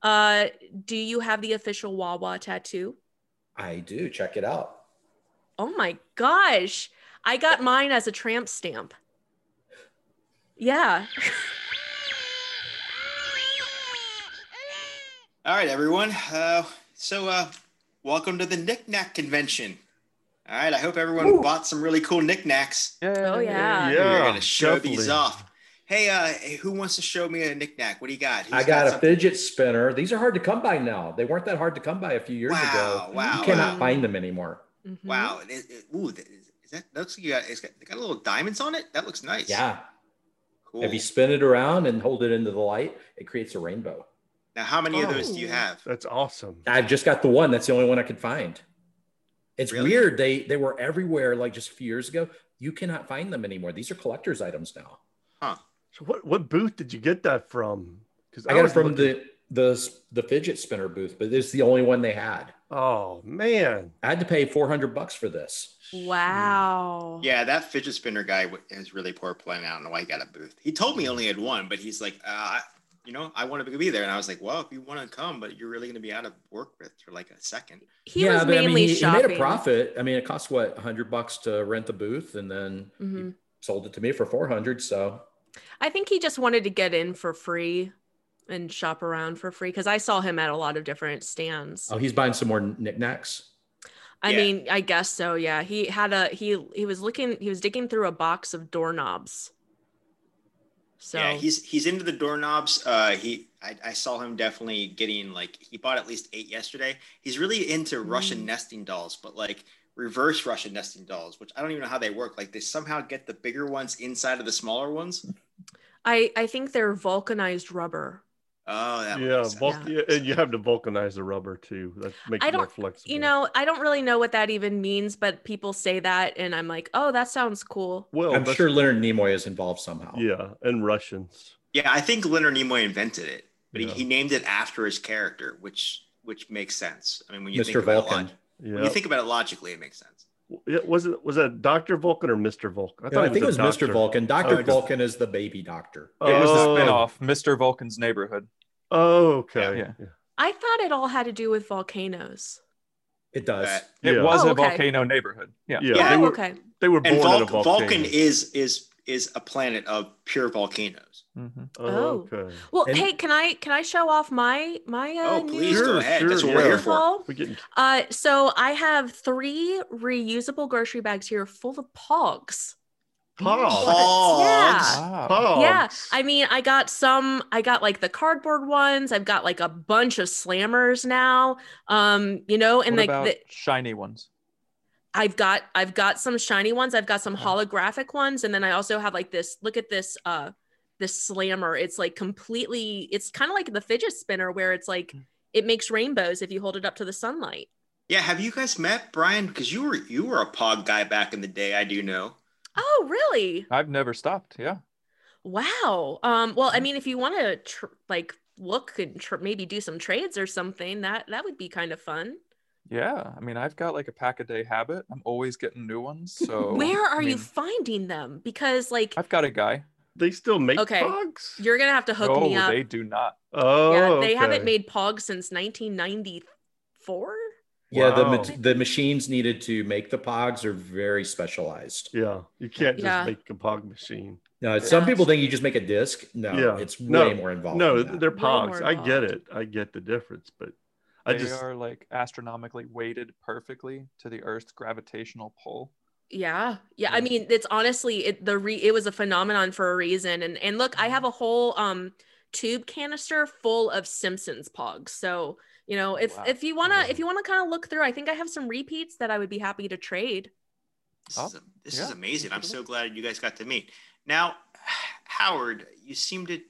[SPEAKER 5] Uh, do you have the official Wawa tattoo?
[SPEAKER 6] I do. Check it out.
[SPEAKER 5] Oh my gosh. I got mine as a tramp stamp. Yeah.
[SPEAKER 4] All right, everyone. Uh, so, uh, welcome to the knickknack convention. All right, I hope everyone bought some really cool knickknacks.
[SPEAKER 5] Oh, yeah.
[SPEAKER 4] We're
[SPEAKER 3] Yeah,
[SPEAKER 4] gonna show these
[SPEAKER 3] definitely.
[SPEAKER 4] off. Hey, uh, who wants to show me a knickknack? What do you got? Who's
[SPEAKER 6] I got, a
[SPEAKER 4] something?
[SPEAKER 6] fidget spinner. These are hard to come by now. They weren't that hard to come by a few years
[SPEAKER 4] Wow!
[SPEAKER 6] ago.
[SPEAKER 4] Wow!
[SPEAKER 6] You
[SPEAKER 4] Wow!
[SPEAKER 6] cannot find them anymore.
[SPEAKER 5] Mhm.
[SPEAKER 4] wow. It, it, ooh, that- is that? That's you got. It's got, it got little diamonds on it. That looks nice.
[SPEAKER 6] Yeah.
[SPEAKER 4] Cool.
[SPEAKER 6] If you spin it around and hold it into the light, it creates a rainbow.
[SPEAKER 4] now, how many of those do you
[SPEAKER 5] Oh.
[SPEAKER 4] have?
[SPEAKER 3] That's awesome.
[SPEAKER 6] I've just got the one. That's the only one I could find. It's
[SPEAKER 4] Really?
[SPEAKER 6] weird. They they were everywhere like just a few years ago. You cannot find them anymore. These are collectors items now.
[SPEAKER 3] So what what booth did you get that from? Because
[SPEAKER 6] I got it from the the the fidget spinner booth, but this is the only one they had.
[SPEAKER 3] Oh man.
[SPEAKER 6] I had to pay 400 bucks for this.
[SPEAKER 5] Wow.
[SPEAKER 4] Yeah, that fidget spinner guy w- has really poor planning. I don't know why he got a booth. He told
[SPEAKER 6] Mm.
[SPEAKER 4] me he only had one, but he's like, uh, I- you know, I wanted to be there, and I was like, well, if you want to come, but you're really going to be out of work with for like a second.
[SPEAKER 5] He was mainly
[SPEAKER 6] he, he
[SPEAKER 5] shopping.
[SPEAKER 6] made a profit. I mean, it cost what 100 bucks to rent the booth, and then
[SPEAKER 5] Mhm.
[SPEAKER 6] sold it to me for 400. So
[SPEAKER 5] I think he just wanted to get in for free and shop around for free because I saw him at a lot of different stands.
[SPEAKER 6] oh, he's buying some more knickknacks.
[SPEAKER 5] I
[SPEAKER 4] Yeah.
[SPEAKER 5] mean, I guess so. Yeah. He had a he he was looking he was digging through a box of doorknobs. So
[SPEAKER 4] Yeah, he's he's into the doorknobs. Uh, he I, I saw him definitely getting like he bought at least eight yesterday. He's really into
[SPEAKER 3] Mm.
[SPEAKER 4] Russian nesting dolls, but like reverse Russian nesting dolls, which I don't even know how they work. Like they somehow get the bigger ones inside of the smaller ones.
[SPEAKER 5] I I think they're vulcanized rubber.
[SPEAKER 4] Oh, that
[SPEAKER 3] yeah,
[SPEAKER 4] makes sense.
[SPEAKER 3] bulk, yeah, and you have to vulcanize the rubber too. That makes
[SPEAKER 5] I
[SPEAKER 3] it more
[SPEAKER 5] don't-
[SPEAKER 3] flexible.
[SPEAKER 5] You know, I don't really know what that even means, but people say that, and I'm like, oh, that sounds cool.
[SPEAKER 3] well,
[SPEAKER 6] I'm
[SPEAKER 3] that's-
[SPEAKER 6] sure Leonard Nimoy is involved somehow.
[SPEAKER 3] Oh, Yeah, and Russians.
[SPEAKER 4] Yeah, I think Leonard Nimoy invented it, but
[SPEAKER 3] Yeah.
[SPEAKER 4] he, he named it after his character, which which makes sense. I mean, when you
[SPEAKER 6] Mr.
[SPEAKER 4] think about it,
[SPEAKER 6] Vulcan.
[SPEAKER 4] log- when
[SPEAKER 3] Yeah,
[SPEAKER 4] you think about it logically, it makes sense.
[SPEAKER 3] Yeah, was it was that Doctor Vulcan or Mister Vulcan?
[SPEAKER 6] Yeah, I, think it was
[SPEAKER 3] a
[SPEAKER 6] Mr.
[SPEAKER 3] doctor.
[SPEAKER 6] Vulcan.
[SPEAKER 3] Oh,
[SPEAKER 6] Dr.
[SPEAKER 3] okay.
[SPEAKER 6] Vulcan is the baby doctor.
[SPEAKER 3] Oh,
[SPEAKER 2] It was the
[SPEAKER 3] oh,
[SPEAKER 2] spin-off, Mr. Vulcan's Neighborhood.
[SPEAKER 3] okay.
[SPEAKER 2] Yeah.
[SPEAKER 5] I thought it all had to do with volcanoes.
[SPEAKER 6] It does.
[SPEAKER 4] That-
[SPEAKER 2] It
[SPEAKER 3] Yeah.
[SPEAKER 2] was
[SPEAKER 5] Oh,
[SPEAKER 2] a
[SPEAKER 5] okay.
[SPEAKER 2] volcano neighborhood. Yeah.
[SPEAKER 3] Yeah,
[SPEAKER 5] Yeah,
[SPEAKER 3] they
[SPEAKER 5] oh,
[SPEAKER 3] were
[SPEAKER 5] okay.
[SPEAKER 3] they were born
[SPEAKER 4] And
[SPEAKER 3] in a
[SPEAKER 4] Vulcan,
[SPEAKER 3] volcano.
[SPEAKER 4] Vulcan is is is a planet of pure volcanoes.
[SPEAKER 2] hmm
[SPEAKER 5] Oh.
[SPEAKER 3] okay.
[SPEAKER 5] Well,
[SPEAKER 6] And-
[SPEAKER 5] hey, can I can I show off my my uh,
[SPEAKER 4] Oh, please
[SPEAKER 5] new
[SPEAKER 3] Sure,
[SPEAKER 4] go ahead. That's
[SPEAKER 3] sure,
[SPEAKER 4] what we're
[SPEAKER 3] yeah.
[SPEAKER 4] here for.
[SPEAKER 5] haul?
[SPEAKER 3] We getting
[SPEAKER 5] Uh, so I have three reusable grocery bags here full of pogs.
[SPEAKER 3] pogs.
[SPEAKER 4] Pogs.
[SPEAKER 5] Yeah.
[SPEAKER 2] Wow.
[SPEAKER 5] Yeah, I mean, I got some. I got like the cardboard ones. I've got like a bunch of slammers now. Um, you know, and
[SPEAKER 2] what
[SPEAKER 5] like
[SPEAKER 2] about
[SPEAKER 5] the,
[SPEAKER 2] shiny ones?
[SPEAKER 5] I've got I've got some shiny ones. I've got some
[SPEAKER 2] Okay.
[SPEAKER 5] holographic ones, and then I also have like this. Look at this. Uh, this slammer. It's like completely. It's kind of like the fidget spinner where it's like
[SPEAKER 2] Hmm.
[SPEAKER 5] it makes rainbows if you hold it up to the sunlight.
[SPEAKER 4] Yeah, have you guys met Brian? Because you were you were a Pog guy back in the day. I do know.
[SPEAKER 5] Oh, really?
[SPEAKER 2] I've never stopped. Yeah.
[SPEAKER 5] Wow. Um. Well, I mean, if you want to tr- like look and tr- maybe do some trades or something, that that would be kind of fun.
[SPEAKER 2] Yeah. I mean, I've got like a pack a day habit. I'm always getting new ones.
[SPEAKER 3] Oh,
[SPEAKER 2] So
[SPEAKER 5] Where
[SPEAKER 2] I
[SPEAKER 5] are you
[SPEAKER 2] mean,
[SPEAKER 5] finding them? Because like
[SPEAKER 2] I've got a guy.
[SPEAKER 3] They still make
[SPEAKER 5] Okay.
[SPEAKER 3] pogs.
[SPEAKER 5] you're gonna have to hook
[SPEAKER 2] no,
[SPEAKER 5] me up.
[SPEAKER 2] they do not.
[SPEAKER 3] Oh,
[SPEAKER 5] yeah, they haven't
[SPEAKER 3] okay.
[SPEAKER 5] made Pog since 1994.
[SPEAKER 6] Yeah, the
[SPEAKER 3] Wow.
[SPEAKER 6] ma- the machines needed to make the pogs are very specialized.
[SPEAKER 3] Yeah, you can't just
[SPEAKER 5] Yeah.
[SPEAKER 3] make a pog machine.
[SPEAKER 6] Now, some
[SPEAKER 5] Yeah.
[SPEAKER 6] people think you just make a disc. No,
[SPEAKER 3] Yeah.
[SPEAKER 6] it's way
[SPEAKER 3] No,
[SPEAKER 6] more involved.
[SPEAKER 3] No,
[SPEAKER 6] than that.
[SPEAKER 3] they're
[SPEAKER 5] Way
[SPEAKER 3] pogs.
[SPEAKER 5] more
[SPEAKER 3] I get it.
[SPEAKER 5] involved.
[SPEAKER 3] I get the difference, but I
[SPEAKER 2] They
[SPEAKER 3] just
[SPEAKER 2] are like astronomically weighted perfectly to the Earth's gravitational pull.
[SPEAKER 5] Yeah, yeah. I
[SPEAKER 2] Yeah.
[SPEAKER 5] mean, it's honestly it the re it was a phenomenon for a reason. And and look,
[SPEAKER 3] Mm-hmm.
[SPEAKER 5] I have a whole um tube canister full of Simpsons Pogs. So you know, if
[SPEAKER 2] Wow.
[SPEAKER 5] if you wanna
[SPEAKER 6] Wow.
[SPEAKER 3] Mm-hmm.
[SPEAKER 5] if you wanna kind of look through, I think I have some repeats that I would be happy to trade.
[SPEAKER 4] This, is,
[SPEAKER 2] Oh,
[SPEAKER 4] this is
[SPEAKER 2] yeah.
[SPEAKER 4] amazing. I'm so glad you guys got to meet. Now, Howard, you seem to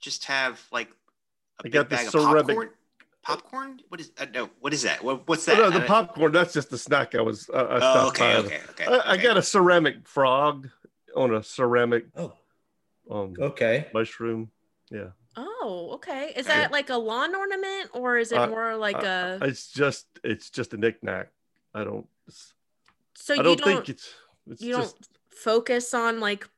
[SPEAKER 4] just have like a
[SPEAKER 3] I
[SPEAKER 4] big
[SPEAKER 3] got the
[SPEAKER 4] bag of
[SPEAKER 3] ceramic-
[SPEAKER 4] popcorn. Popcorn? What is? Uh, no, what is that? What, what's
[SPEAKER 3] Oh,
[SPEAKER 4] that?
[SPEAKER 3] no, the
[SPEAKER 4] I-
[SPEAKER 3] popcorn. That's just the snack I was. Uh, I
[SPEAKER 4] Oh,
[SPEAKER 3] stopped
[SPEAKER 4] okay,
[SPEAKER 3] by.
[SPEAKER 4] okay, okay.
[SPEAKER 3] I, I
[SPEAKER 4] okay.
[SPEAKER 3] got a ceramic frog on a ceramic
[SPEAKER 6] oh,
[SPEAKER 3] um,
[SPEAKER 6] okay.
[SPEAKER 3] mushroom.
[SPEAKER 5] Oh, okay. Is
[SPEAKER 4] Yeah.
[SPEAKER 5] that like a lawn ornament or is it
[SPEAKER 3] Uh,
[SPEAKER 5] more like
[SPEAKER 3] I-
[SPEAKER 5] a
[SPEAKER 3] It's just it's just a knickknack. I don't. it's-
[SPEAKER 5] so
[SPEAKER 3] I
[SPEAKER 5] you
[SPEAKER 3] don't,
[SPEAKER 5] don't,
[SPEAKER 3] think it's. It's
[SPEAKER 5] you
[SPEAKER 3] just
[SPEAKER 5] focus on like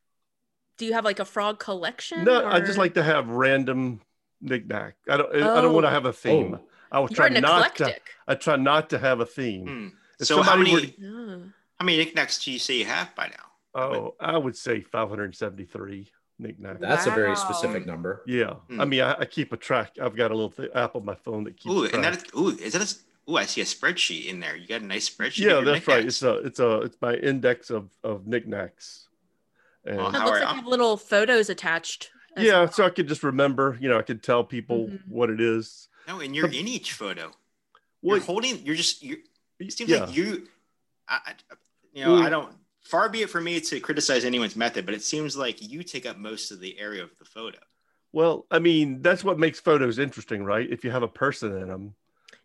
[SPEAKER 5] do you have like a frog collection?
[SPEAKER 3] no. I just
[SPEAKER 5] or-
[SPEAKER 3] like to have random knickknack. I don't. I don't want to
[SPEAKER 5] Oh.
[SPEAKER 3] have a theme.
[SPEAKER 6] Oh.
[SPEAKER 3] I will
[SPEAKER 5] you're
[SPEAKER 3] try
[SPEAKER 5] an
[SPEAKER 3] not to.
[SPEAKER 5] eclectic.
[SPEAKER 3] I try not to have a theme.
[SPEAKER 4] Hmm.
[SPEAKER 3] If
[SPEAKER 4] So how
[SPEAKER 3] somebody
[SPEAKER 4] many
[SPEAKER 3] were-
[SPEAKER 5] Yeah.
[SPEAKER 4] how many knickknacks do you say you have by now?
[SPEAKER 3] Oh, I would say 573 knickknacks.
[SPEAKER 6] That's a very
[SPEAKER 5] Wow.
[SPEAKER 6] specific number.
[SPEAKER 3] yeah. I
[SPEAKER 4] Mm.
[SPEAKER 3] mean, I, I keep a track. I've got a little th- app on my phone that keeps
[SPEAKER 4] Ooh,
[SPEAKER 3] track.
[SPEAKER 4] and that ooh, is that a s ooh, I see a spreadsheet in there. You got a nice spreadsheet.
[SPEAKER 3] yeah,
[SPEAKER 4] of your
[SPEAKER 3] that's right.
[SPEAKER 4] knickknacks.
[SPEAKER 3] It's a, it's a, it's my index of of knickknacks. And
[SPEAKER 4] Wow.
[SPEAKER 5] It
[SPEAKER 4] How
[SPEAKER 5] looks
[SPEAKER 4] are-
[SPEAKER 5] like you have little photos attached. as
[SPEAKER 3] yeah,
[SPEAKER 5] well.
[SPEAKER 3] so I could just remember. You know, I could tell people
[SPEAKER 4] Mm-hmm.
[SPEAKER 5] Mhm.
[SPEAKER 3] what it is.
[SPEAKER 4] no, and you're in each photo.
[SPEAKER 3] What?
[SPEAKER 4] You're holding. You're just. You're, it seems
[SPEAKER 3] yeah.
[SPEAKER 4] like you. I, I- you know,
[SPEAKER 3] Well-
[SPEAKER 4] I don't. Far be it for me to criticize anyone's method, but it seems like you take up most of the area of the photo.
[SPEAKER 3] well, I mean, that's what makes photos interesting, right? If you have a person in them.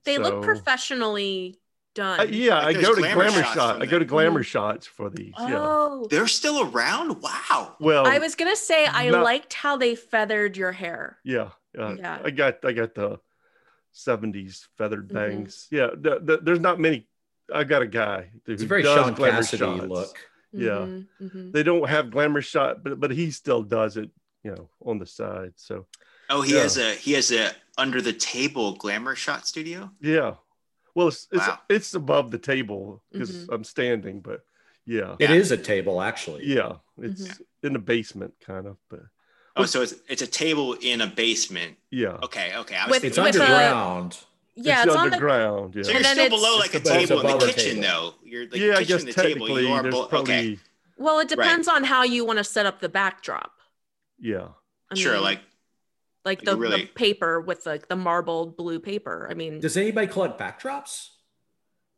[SPEAKER 5] They look
[SPEAKER 3] perfect.
[SPEAKER 5] professionally done.
[SPEAKER 3] I, Uh, yeah,
[SPEAKER 4] Like
[SPEAKER 3] I
[SPEAKER 4] those
[SPEAKER 3] go to
[SPEAKER 4] glamour
[SPEAKER 3] glamour,
[SPEAKER 4] shots Mm-hmm.
[SPEAKER 3] shot.
[SPEAKER 4] from
[SPEAKER 3] I go to
[SPEAKER 4] the-
[SPEAKER 3] glamour shots for these. Yeah.
[SPEAKER 5] Oh.
[SPEAKER 4] They're still around. Wow.
[SPEAKER 3] Well,
[SPEAKER 5] I was gonna say I
[SPEAKER 3] Oh. not-
[SPEAKER 5] liked how they feathered your hair.
[SPEAKER 3] Yeah, yeah.
[SPEAKER 5] Yeah.
[SPEAKER 3] I got I got the '70s feathered
[SPEAKER 5] Mhm.
[SPEAKER 4] Mm-hmm.
[SPEAKER 3] bangs. Yeah, th- th- there's not many. I got a guy.
[SPEAKER 6] It's a very Sean Cassidy look.
[SPEAKER 3] Yeah.
[SPEAKER 5] Mhm, mhm.
[SPEAKER 3] They don't have glamour shot, but but he still does it. You know, on the side. So
[SPEAKER 4] Oh, he
[SPEAKER 3] Yeah.
[SPEAKER 4] has a he has a under the table glamour shot studio.
[SPEAKER 3] yeah. Well, it's it's,
[SPEAKER 4] Wow.
[SPEAKER 3] it's above the table because
[SPEAKER 5] Mm-hmm.
[SPEAKER 3] I'm standing, but yeah,
[SPEAKER 6] It
[SPEAKER 4] Yeah.
[SPEAKER 6] is a table, actually.
[SPEAKER 3] yeah. It's
[SPEAKER 5] Mm-hmm.
[SPEAKER 3] in the basement, kind of, but
[SPEAKER 4] Oh,
[SPEAKER 3] What's-
[SPEAKER 4] so it's it's a table in a basement.
[SPEAKER 3] yeah.
[SPEAKER 4] Okay, okay. I was
[SPEAKER 5] With-
[SPEAKER 4] thinking-
[SPEAKER 6] It's
[SPEAKER 5] with uh, a-
[SPEAKER 6] underground.
[SPEAKER 5] Yeah, it's,
[SPEAKER 3] it's,
[SPEAKER 5] on the
[SPEAKER 3] underground.
[SPEAKER 4] So
[SPEAKER 3] Yeah.
[SPEAKER 4] you're
[SPEAKER 5] And then
[SPEAKER 4] still
[SPEAKER 5] it's-
[SPEAKER 4] below
[SPEAKER 6] It's
[SPEAKER 4] like a
[SPEAKER 6] above- it's
[SPEAKER 4] table in the
[SPEAKER 6] above a
[SPEAKER 4] kitchen,
[SPEAKER 6] table.
[SPEAKER 4] though. You're like
[SPEAKER 3] yeah, I
[SPEAKER 4] kitchen
[SPEAKER 3] guess
[SPEAKER 4] and the table.
[SPEAKER 3] technically
[SPEAKER 4] You are
[SPEAKER 3] there's
[SPEAKER 4] both
[SPEAKER 3] probably
[SPEAKER 4] okay.
[SPEAKER 5] well, it depends on how you want to set up the backdrop.
[SPEAKER 3] yeah.
[SPEAKER 5] I
[SPEAKER 4] Sure,
[SPEAKER 5] mean,
[SPEAKER 4] like
[SPEAKER 5] like
[SPEAKER 4] like
[SPEAKER 5] the,
[SPEAKER 4] really-
[SPEAKER 5] the paper with like the marbled blue paper. I mean,
[SPEAKER 6] Does anybody collect backdrops?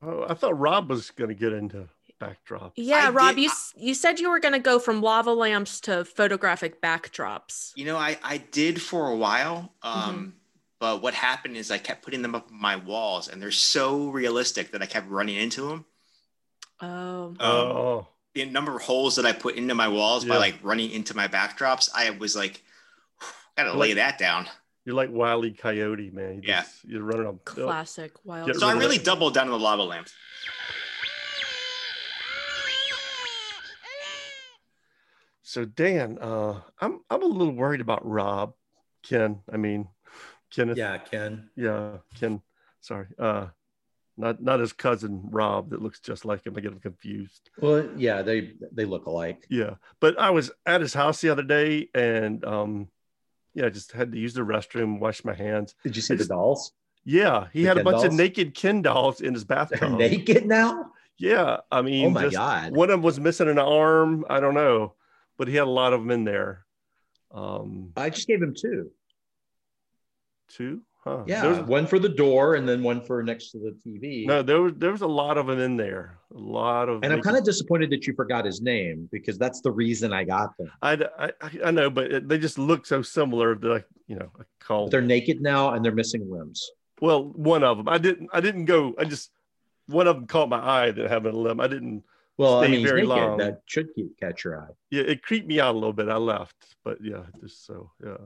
[SPEAKER 3] Oh, I thought Rob was going to get into backdrop.
[SPEAKER 5] Yeah,
[SPEAKER 4] I
[SPEAKER 5] Rob,
[SPEAKER 4] did-
[SPEAKER 5] you s- you said you were going to go from lava lamps to photographic backdrops.
[SPEAKER 4] You know, I, I did for a while. Um,
[SPEAKER 5] Mm-hmm.
[SPEAKER 4] But what happened is I kept putting them up on my walls, and they're so realistic that I kept running into them.
[SPEAKER 5] Oh,
[SPEAKER 4] Um,
[SPEAKER 3] oh,
[SPEAKER 4] The number of holes that I put into my walls by
[SPEAKER 3] Yeah.
[SPEAKER 4] like running into my backdrops, I was like, gotta lay that down.
[SPEAKER 3] you're like Wiley Coyote, man. You
[SPEAKER 4] Yeah.
[SPEAKER 3] just- you're running on.
[SPEAKER 5] classic wild.
[SPEAKER 3] Get
[SPEAKER 4] So I
[SPEAKER 3] rid of
[SPEAKER 4] really
[SPEAKER 3] it.
[SPEAKER 4] doubled down on the lava lamps.
[SPEAKER 3] So Dan, uh, I'm I'm a little worried about Rob, Ken. I mean, Kenneth.
[SPEAKER 6] Yeah, Ken.
[SPEAKER 3] yeah, Ken. Sorry, uh, not not his cousin Rob that looks just like him. I get him confused.
[SPEAKER 6] Well, yeah, they they look alike.
[SPEAKER 3] Yeah, but I was at his house the other day, and um, yeah, I just had to use the restroom, wash my hands.
[SPEAKER 6] Did you see the dolls?
[SPEAKER 3] Yeah, he
[SPEAKER 6] The
[SPEAKER 3] had a
[SPEAKER 6] Ken
[SPEAKER 3] bunch of
[SPEAKER 6] dolls?
[SPEAKER 3] naked Ken dolls in his
[SPEAKER 6] They're
[SPEAKER 3] bathtub.
[SPEAKER 6] naked now.
[SPEAKER 3] Yeah, I mean,
[SPEAKER 6] Oh my
[SPEAKER 3] just-
[SPEAKER 6] god.
[SPEAKER 3] one of them was missing an arm. I don't know, but he had a lot of them in there. Um,
[SPEAKER 6] I just gave him two.
[SPEAKER 3] two, huh?
[SPEAKER 6] Yeah,
[SPEAKER 3] There was-
[SPEAKER 6] one for the door and then one for next to the TV.
[SPEAKER 3] No, there was there was a lot of them in there. A lot of.
[SPEAKER 6] and I'm
[SPEAKER 3] naked-
[SPEAKER 6] kind of disappointed that you forgot his name because that's the reason I got them.
[SPEAKER 3] I, I I know, but it, they just look so similar. That I, you know, I call.
[SPEAKER 6] But they're naked now and they're missing limbs.
[SPEAKER 3] well, one of them. I didn't. I didn't go. I just one of them caught my eye that having a limb. I didn't.
[SPEAKER 6] Well, I
[SPEAKER 3] Stay
[SPEAKER 6] mean, he's
[SPEAKER 3] very
[SPEAKER 6] naked.
[SPEAKER 3] long.
[SPEAKER 6] That should keep, catch your eye.
[SPEAKER 3] Yeah, it creeped me out a little bit. I left, but yeah, just so yeah.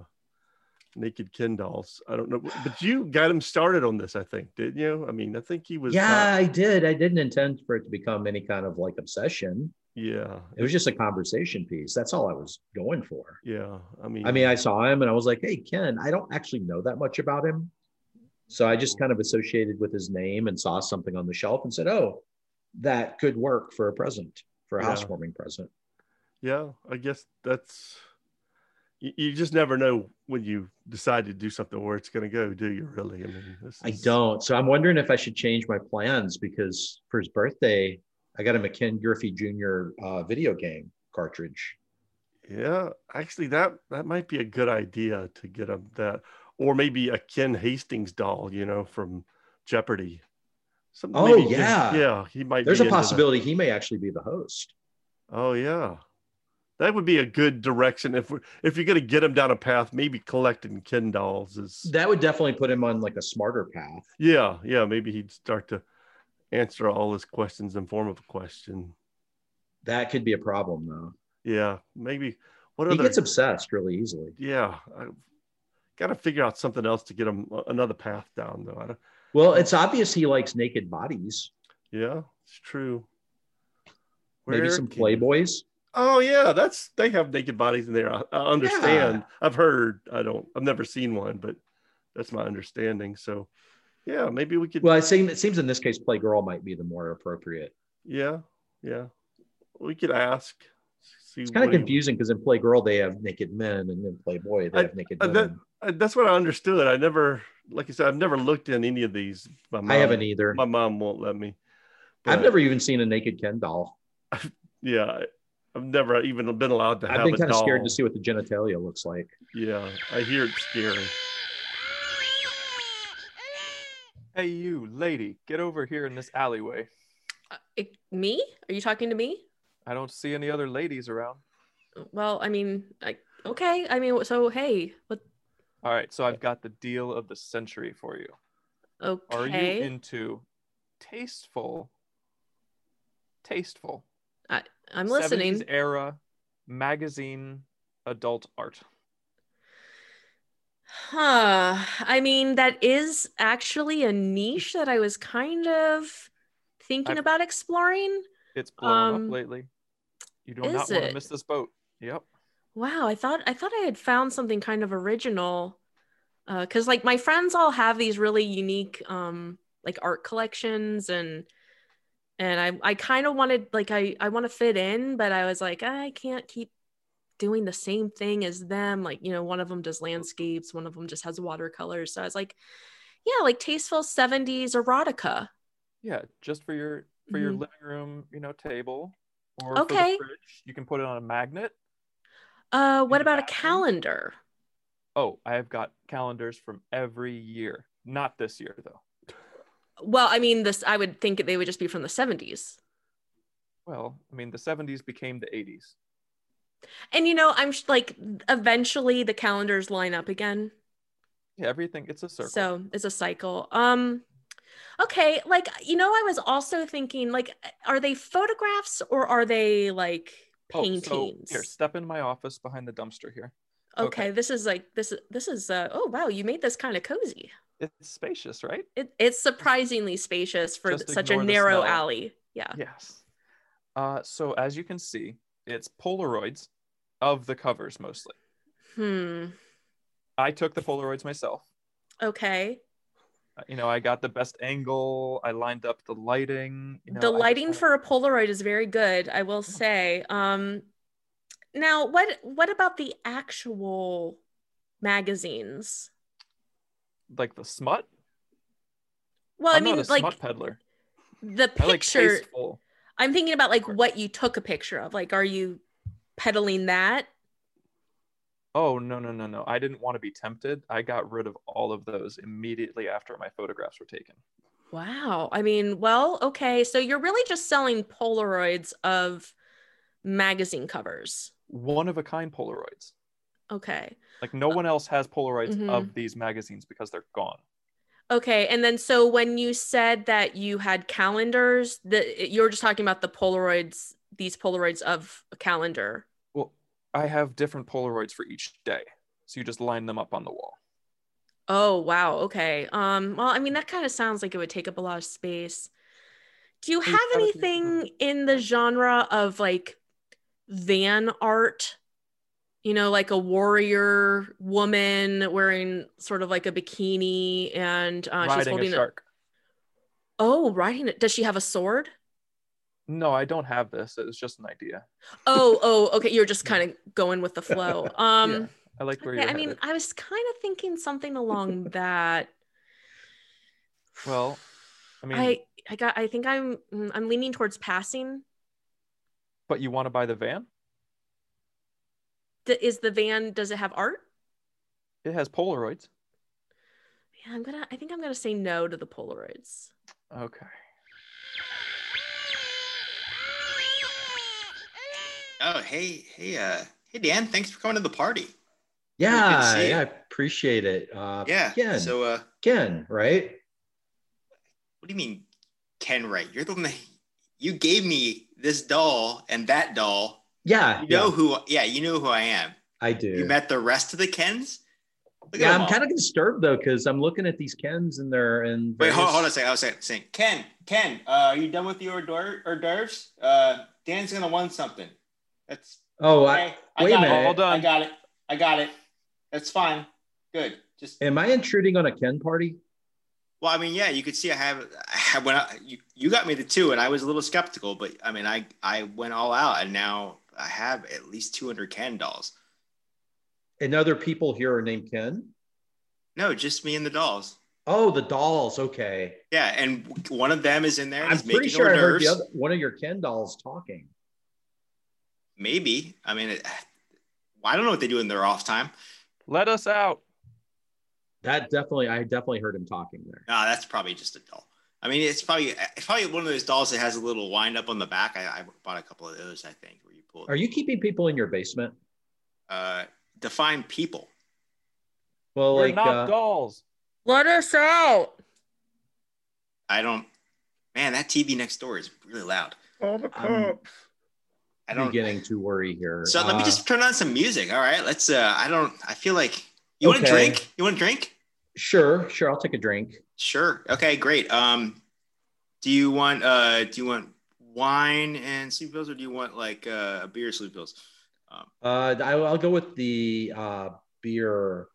[SPEAKER 3] Naked Ken dolls. I don't know, but you got him started on this. I think, didn't you? I mean, I think he was.
[SPEAKER 6] Yeah,
[SPEAKER 3] not-
[SPEAKER 6] I did. I didn't intend for it to become any kind of like obsession.
[SPEAKER 3] yeah.
[SPEAKER 6] It was just a conversation piece. That's all I was going for.
[SPEAKER 3] Yeah, I mean,
[SPEAKER 6] I mean, I saw him and I was like, hey, Ken, I don't actually know that much about him. So I just kind of associated with his name and saw something on the shelf and said, oh, that could work for a present, for a
[SPEAKER 3] Yeah.
[SPEAKER 6] housewarming present.
[SPEAKER 3] yeah, I guess that's you, you just never know when you decide to do something where it's going to go, do you? Really? I mean, this
[SPEAKER 6] I
[SPEAKER 3] is-
[SPEAKER 6] don't. So I'm wondering if I should change my plans because for his birthday, I got him a Ken Griffey Jr. Uh, video game cartridge.
[SPEAKER 3] Yeah, actually, that that might be a good idea to get him that, or maybe a Ken Hastings doll, you know, from Jeopardy. Some,
[SPEAKER 6] Oh,
[SPEAKER 3] maybe Ken-
[SPEAKER 6] yeah.
[SPEAKER 3] yeah, he might.
[SPEAKER 6] There's
[SPEAKER 3] be
[SPEAKER 6] a
[SPEAKER 3] into that.
[SPEAKER 6] possibility he may actually be the host.
[SPEAKER 3] Oh yeah, that would be a good direction if we're if you're going to get him down a path. Maybe collecting Ken dolls is
[SPEAKER 6] That would definitely put him on like a smarter path.
[SPEAKER 3] Yeah, yeah. Maybe he'd start to answer all his questions in form of a question.
[SPEAKER 6] That could be a problem though.
[SPEAKER 3] Yeah, maybe. What
[SPEAKER 6] He
[SPEAKER 3] other?
[SPEAKER 6] gets obsessed really easily.
[SPEAKER 3] yeah, I got to figure out something else to get him another path down, though. I don't,
[SPEAKER 6] Well, it's obvious he likes naked bodies.
[SPEAKER 3] yeah, it's true.
[SPEAKER 6] Maybe
[SPEAKER 3] Where
[SPEAKER 6] some
[SPEAKER 3] can-
[SPEAKER 6] playboys.
[SPEAKER 3] Oh yeah, that's they have naked bodies in there. I, I understand. I've heard. I don't. I've never seen one, but that's my understanding. So, yeah, maybe we could.
[SPEAKER 6] Well, it seems it seems in this case Playgirl might be the more appropriate.
[SPEAKER 3] yeah, yeah, we could ask. See
[SPEAKER 6] It's kind of
[SPEAKER 3] what he-
[SPEAKER 6] confusing because in Playgirl they have naked men and in Playboy they
[SPEAKER 3] I-
[SPEAKER 6] have naked
[SPEAKER 3] uh,
[SPEAKER 6] women.
[SPEAKER 3] that- Uh, that's what I understood. I never, like you said, I've never looked in any of these. My mom,
[SPEAKER 6] I haven't either.
[SPEAKER 3] My mom won't let me.
[SPEAKER 6] I've
[SPEAKER 3] But,
[SPEAKER 6] never even seen a naked Ken doll.
[SPEAKER 3] Yeah, I- I've never even been allowed to have
[SPEAKER 6] I've been
[SPEAKER 3] a
[SPEAKER 6] kind of
[SPEAKER 3] doll.
[SPEAKER 6] scared to see what the genitalia looks like.
[SPEAKER 3] Yeah, I hear it's scary.
[SPEAKER 2] Hey, you lady, get over here in this alleyway.
[SPEAKER 5] Uh, it- me? Are you talking to me?
[SPEAKER 2] I don't see any other ladies around.
[SPEAKER 5] Well, I mean, I, okay. I mean, so hey, what?
[SPEAKER 2] All right, so I've got the deal of the century for you.
[SPEAKER 5] Okay.
[SPEAKER 2] Are you into tasteful, tasteful
[SPEAKER 5] I'm listening.
[SPEAKER 2] 70s era magazine adult art?
[SPEAKER 5] Huh. I mean, that is actually a niche that I was kind of thinking
[SPEAKER 2] I've-
[SPEAKER 5] about exploring.
[SPEAKER 2] It's blown
[SPEAKER 5] Um,
[SPEAKER 2] up lately. You do not
[SPEAKER 5] is
[SPEAKER 2] want to
[SPEAKER 5] it?
[SPEAKER 2] miss this boat. Yep.
[SPEAKER 5] Wow, I thought I thought I had found something kind of original. Uh, cuz like my friends all have these really unique um like art collections and and I I kind of wanted like I I want to fit in, but I was like I can't keep doing the same thing as them. Like, you know, one of them does landscapes, one of them just has watercolors. So I was like, yeah, like tasteful 70s erotica.
[SPEAKER 2] Yeah, just for your for your
[SPEAKER 5] Mhm.
[SPEAKER 2] living room, you know, table or for the
[SPEAKER 5] Okay.
[SPEAKER 2] fridge. You can put it on a magnet.
[SPEAKER 5] Uh what
[SPEAKER 2] the
[SPEAKER 5] about a
[SPEAKER 2] bathroom?
[SPEAKER 5] calendar?
[SPEAKER 2] Oh, I have got calendars from every year. Not this year though.
[SPEAKER 5] Well, I mean, this I would think they would just be from the 70s.
[SPEAKER 2] Well, I mean, the 70s became the 80s.
[SPEAKER 5] And you know, I'm sh- like, eventually the calendars line up again.
[SPEAKER 2] Yeah, everything, it's a circle.
[SPEAKER 5] So it's a cycle. Um, okay. Like, you know, I was also thinking, like, are they photographs or are they like
[SPEAKER 2] Oh,
[SPEAKER 5] paintings?
[SPEAKER 2] so here, step in my office behind the dumpster here.
[SPEAKER 5] okay.
[SPEAKER 2] okay.
[SPEAKER 5] This is like this. This is. Uh, oh wow, you made this kind of cozy.
[SPEAKER 2] It's spacious, right?
[SPEAKER 5] It, it's surprisingly spacious for
[SPEAKER 2] Just
[SPEAKER 5] such a
[SPEAKER 2] ignore the
[SPEAKER 5] narrow
[SPEAKER 2] smell.
[SPEAKER 5] alley. Yeah.
[SPEAKER 2] Yes. Uh, so as you can see, it's Polaroids of the covers mostly.
[SPEAKER 5] Hmm.
[SPEAKER 2] I took the Polaroids myself.
[SPEAKER 5] Okay.
[SPEAKER 2] Uh, You know, I got the best angle. I lined up the lighting. You know,
[SPEAKER 5] the
[SPEAKER 2] I just
[SPEAKER 5] lighting
[SPEAKER 2] wanna-
[SPEAKER 5] for a Polaroid is very good, I will say. Um, now, what what about the actual magazines?
[SPEAKER 2] like the smut.
[SPEAKER 5] Well, i
[SPEAKER 2] I'm
[SPEAKER 5] mean,
[SPEAKER 2] not a
[SPEAKER 5] like
[SPEAKER 2] smut peddler.
[SPEAKER 5] the
[SPEAKER 2] I like
[SPEAKER 5] picture.
[SPEAKER 2] tasteful.
[SPEAKER 5] I'm thinking about like what you took a picture of. Like, are you peddling that?
[SPEAKER 2] Oh no no no no! I didn't want to be tempted. I got rid of all of those immediately after my photographs were taken.
[SPEAKER 5] Wow. I mean, well, okay. So you're really just selling Polaroids of magazine covers.
[SPEAKER 2] One of a kind Polaroids.
[SPEAKER 5] Okay.
[SPEAKER 2] Like no
[SPEAKER 5] Uh,
[SPEAKER 2] one else has Polaroids
[SPEAKER 5] Mhm.
[SPEAKER 2] of these magazines because they're gone.
[SPEAKER 5] Okay, and then so when you said that you had calendars, the you were just talking about the Polaroids, these Polaroids of a calendar.
[SPEAKER 2] Well, I have different Polaroids for each day, so you just line them up on the wall.
[SPEAKER 5] Oh wow, okay. Um, well, I mean that kind of sounds like it would take up a lot of space. Do you
[SPEAKER 2] Hey,
[SPEAKER 5] have
[SPEAKER 2] shout out to your-
[SPEAKER 5] anything in the genre of like van art? You know, like a warrior woman wearing sort of like a bikini and uh, she's
[SPEAKER 2] Riding a
[SPEAKER 5] holding a,
[SPEAKER 2] shark.
[SPEAKER 5] oh, riding it. Does she have a sword?
[SPEAKER 2] No, I don't have this. It was just an idea.
[SPEAKER 5] Oh, oh, okay. You're just kind of going with the flow. Um,
[SPEAKER 2] Yeah. I like where
[SPEAKER 5] okay,
[SPEAKER 2] you're
[SPEAKER 5] I mean,
[SPEAKER 2] headed.
[SPEAKER 5] I was kind of thinking something along that.
[SPEAKER 2] Well, I mean,
[SPEAKER 5] I, I got. I think I'm. mm, I'm leaning towards passing.
[SPEAKER 2] but you want to buy the van?
[SPEAKER 5] D- is the van? Does it have art?
[SPEAKER 2] It has Polaroids.
[SPEAKER 5] Yeah, I'm gonna. I think I'm gonna say no to the Polaroids.
[SPEAKER 2] Okay.
[SPEAKER 4] Oh, hey, hey, uh, hey, Dan. Thanks for coming to the party.
[SPEAKER 6] Yeah,
[SPEAKER 4] see
[SPEAKER 6] yeah, I
[SPEAKER 4] it.
[SPEAKER 6] appreciate it. Uh,
[SPEAKER 4] Yeah.
[SPEAKER 6] Ken,
[SPEAKER 4] So, uh,
[SPEAKER 6] Ken, right?
[SPEAKER 4] what do you mean, Ken Wright? You're the one that you gave me this doll and that doll.
[SPEAKER 6] Yeah,
[SPEAKER 4] You know
[SPEAKER 6] yeah,
[SPEAKER 4] who? Yeah, you know who I am.
[SPEAKER 6] I do.
[SPEAKER 4] You met the rest of the Kens. Look at
[SPEAKER 6] yeah,
[SPEAKER 4] them
[SPEAKER 6] I'm
[SPEAKER 4] all.
[SPEAKER 6] kind of disturbed though because I'm looking at these Kens and they're in.
[SPEAKER 4] Wait, hold,
[SPEAKER 6] various-
[SPEAKER 4] hold on a second. I was saying, saying Ken, Ken, uh, are you done with your hors d'oeuvre- hors d'oeuvres? Uh, Dan's gonna want something. That's
[SPEAKER 6] Oh, I,
[SPEAKER 4] okay. I
[SPEAKER 6] wait a
[SPEAKER 4] got
[SPEAKER 6] minute.
[SPEAKER 4] it.
[SPEAKER 2] Hold on.
[SPEAKER 4] I got it. I got it. That's fine. Good. Just
[SPEAKER 6] am I intruding on a Ken party?
[SPEAKER 4] well, I mean, yeah, you could see I have, I have when I, you, you got me the two, and I was a little skeptical, but I mean, I I went all out, and now I have at least two hundred Ken dolls.
[SPEAKER 6] And other people here are named Ken.
[SPEAKER 4] No, just me and the dolls.
[SPEAKER 6] Oh, the dolls. Okay,
[SPEAKER 4] Yeah, and w- one of them is in there. and
[SPEAKER 6] I'm
[SPEAKER 4] he's
[SPEAKER 6] pretty
[SPEAKER 4] making
[SPEAKER 6] sure I
[SPEAKER 4] hors
[SPEAKER 6] heard the
[SPEAKER 4] d'oeuvres.
[SPEAKER 6] other, one of your Ken dolls talking.
[SPEAKER 4] Maybe. I mean, it, I don't know what they do in their off time.
[SPEAKER 2] Let us out.
[SPEAKER 6] That definitely, I definitely heard him talking there.
[SPEAKER 4] No, that's probably just a doll. I mean, it's probably it's probably one of those dolls that has a little wind up on the back. I, I bought a couple of those, I think, where you pull.
[SPEAKER 6] Are you keeping people in your basement?
[SPEAKER 4] Uh, define people.
[SPEAKER 6] Well,
[SPEAKER 2] We're
[SPEAKER 6] like,
[SPEAKER 2] not
[SPEAKER 6] uh,
[SPEAKER 2] dolls.
[SPEAKER 5] Let us out.
[SPEAKER 4] I don't. Man, that TV next door is really loud.
[SPEAKER 3] All the
[SPEAKER 6] I'm-
[SPEAKER 3] cops.
[SPEAKER 4] I
[SPEAKER 6] I'm
[SPEAKER 4] don't.
[SPEAKER 6] beginning to worry here.
[SPEAKER 4] so let me
[SPEAKER 6] Uh,
[SPEAKER 4] just turn on some music. All right, let's. Uh, I don't. I feel like you want
[SPEAKER 6] Okay.
[SPEAKER 4] to drink. You want to drink?
[SPEAKER 6] Sure, sure. I'll take a drink.
[SPEAKER 4] Sure. Okay. Great. Um, do you want uh do you want wine and sleep pills, or do you want like uh, a beer sleep pills? Um,
[SPEAKER 6] Uh, I, I'll go with the uh, beer.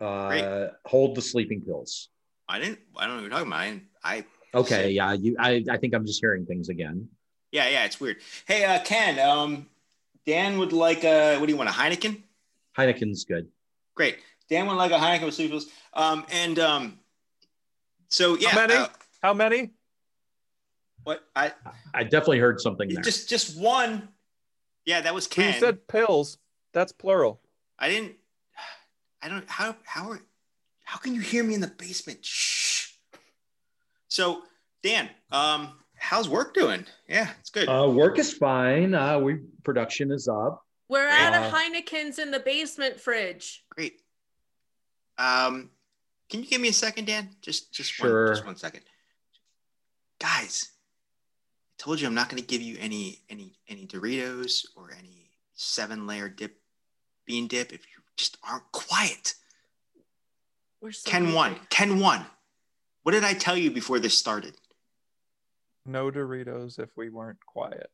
[SPEAKER 6] Uh,
[SPEAKER 4] Great.
[SPEAKER 6] Hold the sleeping pills.
[SPEAKER 4] I didn't. I don't know what you're talking about. I, didn't, I
[SPEAKER 6] Okay, yeah. You, I, I think I'm just hearing things again.
[SPEAKER 4] Yeah, yeah, it's weird. Hey, uh, Ken, um, Dan would like a, what do you want, a Heineken?
[SPEAKER 6] Heineken's good.
[SPEAKER 4] Great. Dan would like a Heineken with sweet pills. Um, and um, so, yeah.
[SPEAKER 2] many?
[SPEAKER 4] uh,
[SPEAKER 2] How many?
[SPEAKER 4] what? I
[SPEAKER 6] I definitely heard something there.
[SPEAKER 4] just just one. Yeah, that was
[SPEAKER 2] Who
[SPEAKER 4] Ken.
[SPEAKER 2] said pills? That's plural.
[SPEAKER 4] I didn't. I don't. How how are, how can you hear me in the basement? Shh. So Dan, um, how's work doing? Yeah, it's good.
[SPEAKER 7] Uh, work is fine. Uh, we production is up.
[SPEAKER 5] We're at a
[SPEAKER 7] Uh,
[SPEAKER 5] Heineken's in the basement fridge.
[SPEAKER 4] Great. Um, can you give me a second, Dan? Just just
[SPEAKER 7] Sure.
[SPEAKER 4] one, just one second. Guys, I told you I'm not going to give you any any any Doritos or any seven layer dip bean dip if you just aren't quiet.
[SPEAKER 5] We're so
[SPEAKER 4] Ken
[SPEAKER 5] hungry.
[SPEAKER 4] one, Ken one. What did I tell you before this started?
[SPEAKER 2] No Doritos if we weren't quiet.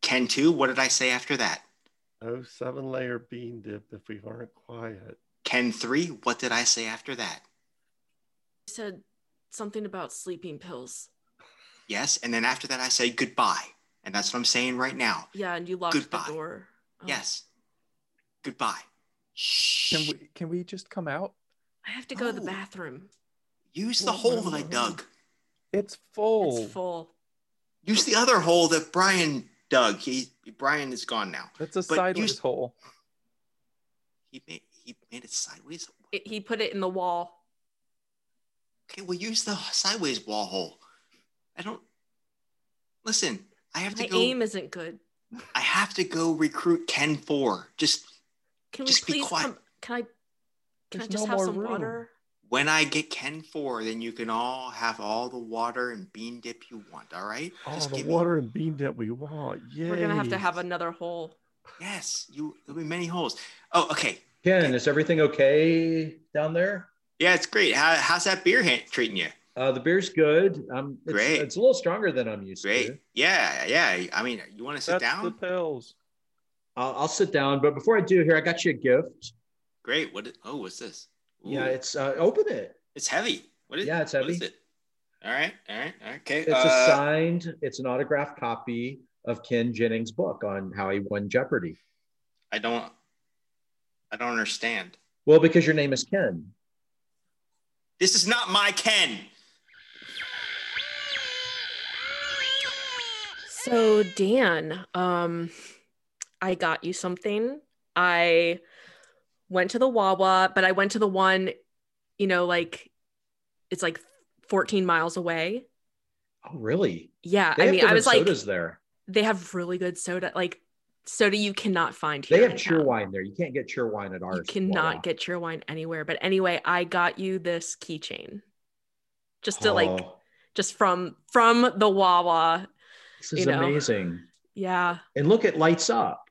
[SPEAKER 4] Ken two. What did I say after that?
[SPEAKER 3] Oh, seven layer bean dip if we aren't quiet.
[SPEAKER 4] Ken three. What did I say after that?
[SPEAKER 5] You said something about sleeping pills.
[SPEAKER 4] Yes, and then after that I said goodbye, and that's what I'm saying right now.
[SPEAKER 5] Yeah, and you locked
[SPEAKER 4] Goodbye.
[SPEAKER 5] the door. Oh,
[SPEAKER 4] Yes. Goodbye. Shh.
[SPEAKER 2] Can we can we just come out?
[SPEAKER 5] I have to go to the
[SPEAKER 4] No.
[SPEAKER 5] bathroom.
[SPEAKER 4] Use the hole that I dug.
[SPEAKER 2] It's full.
[SPEAKER 5] It's full.
[SPEAKER 4] Use the other hole that Brian dug. He Brian is gone now.
[SPEAKER 2] That's a
[SPEAKER 4] But you
[SPEAKER 2] sideways
[SPEAKER 4] s-
[SPEAKER 2] hole.
[SPEAKER 4] He made he made it sideways.
[SPEAKER 5] It, he put it in the wall.
[SPEAKER 4] Okay, well use the sideways wall hole. I don't listen. I have
[SPEAKER 5] My
[SPEAKER 4] to go.
[SPEAKER 5] aim isn't good.
[SPEAKER 4] I have to go recruit Ken Four. Just
[SPEAKER 5] Can
[SPEAKER 4] Just be
[SPEAKER 5] we please
[SPEAKER 4] quiet.
[SPEAKER 5] come? Can I? Can I
[SPEAKER 2] There's
[SPEAKER 5] just
[SPEAKER 2] no
[SPEAKER 5] have
[SPEAKER 2] more
[SPEAKER 5] some
[SPEAKER 2] room.
[SPEAKER 5] water?
[SPEAKER 4] when I get Ken Four, then you can all have all the water and bean dip you want. All right?
[SPEAKER 3] Oh,
[SPEAKER 4] Just
[SPEAKER 3] the
[SPEAKER 4] give me-
[SPEAKER 3] water and bean dip we want. Yeah.
[SPEAKER 5] We're gonna have to have another hole.
[SPEAKER 4] Yes, you. There'll be many holes. Oh, okay.
[SPEAKER 6] Ken, is everything okay down there?
[SPEAKER 4] Yeah, it's great. How, how's that beer hand treating you?
[SPEAKER 6] Uh, the beer's good. Um, it's,
[SPEAKER 4] Great.
[SPEAKER 6] It's a little stronger than I'm used to.
[SPEAKER 4] Great. Yeah, yeah. I mean, you want to sit
[SPEAKER 2] That's
[SPEAKER 4] down?
[SPEAKER 2] the pills.
[SPEAKER 6] I'll, I'll sit down, but before I do, here I got you a gift.
[SPEAKER 4] Great. What? Is, oh, what's this? Ooh,
[SPEAKER 6] Yeah, it's uh, open it.
[SPEAKER 4] it's heavy. What is?
[SPEAKER 6] Yeah, it's
[SPEAKER 4] what is
[SPEAKER 6] heavy.
[SPEAKER 4] it? All right, all right, all right. Okay. uh,
[SPEAKER 6] It's
[SPEAKER 5] Uh,
[SPEAKER 6] a signed, it's an autographed copy of Ken Jennings' book on how he won Jeopardy.
[SPEAKER 4] I don't. I don't understand.
[SPEAKER 6] Well, because your name is Ken.
[SPEAKER 4] This is not my Ken.
[SPEAKER 5] So Dan, um, I got you something. I went to the Wawa, but I went to the one, you know, like it's like 14 miles away.
[SPEAKER 6] Oh, really?
[SPEAKER 5] Yeah,
[SPEAKER 6] They
[SPEAKER 5] I
[SPEAKER 6] have
[SPEAKER 5] mean, I
[SPEAKER 6] different
[SPEAKER 5] was like,
[SPEAKER 6] sodas there.
[SPEAKER 5] they have really good soda, like soda you cannot find here.
[SPEAKER 6] They have
[SPEAKER 5] in
[SPEAKER 6] cheer
[SPEAKER 5] town.
[SPEAKER 6] wine there. You can't get cheer wine at ours.
[SPEAKER 5] You cannot
[SPEAKER 6] Wawa.
[SPEAKER 5] get cheer wine anywhere. But anyway, I got you this keychain, just to like,
[SPEAKER 6] Oh,
[SPEAKER 5] just from from the Wawa.
[SPEAKER 6] this is
[SPEAKER 5] you know.
[SPEAKER 6] amazing.
[SPEAKER 5] Yeah,
[SPEAKER 6] And look, it lights up.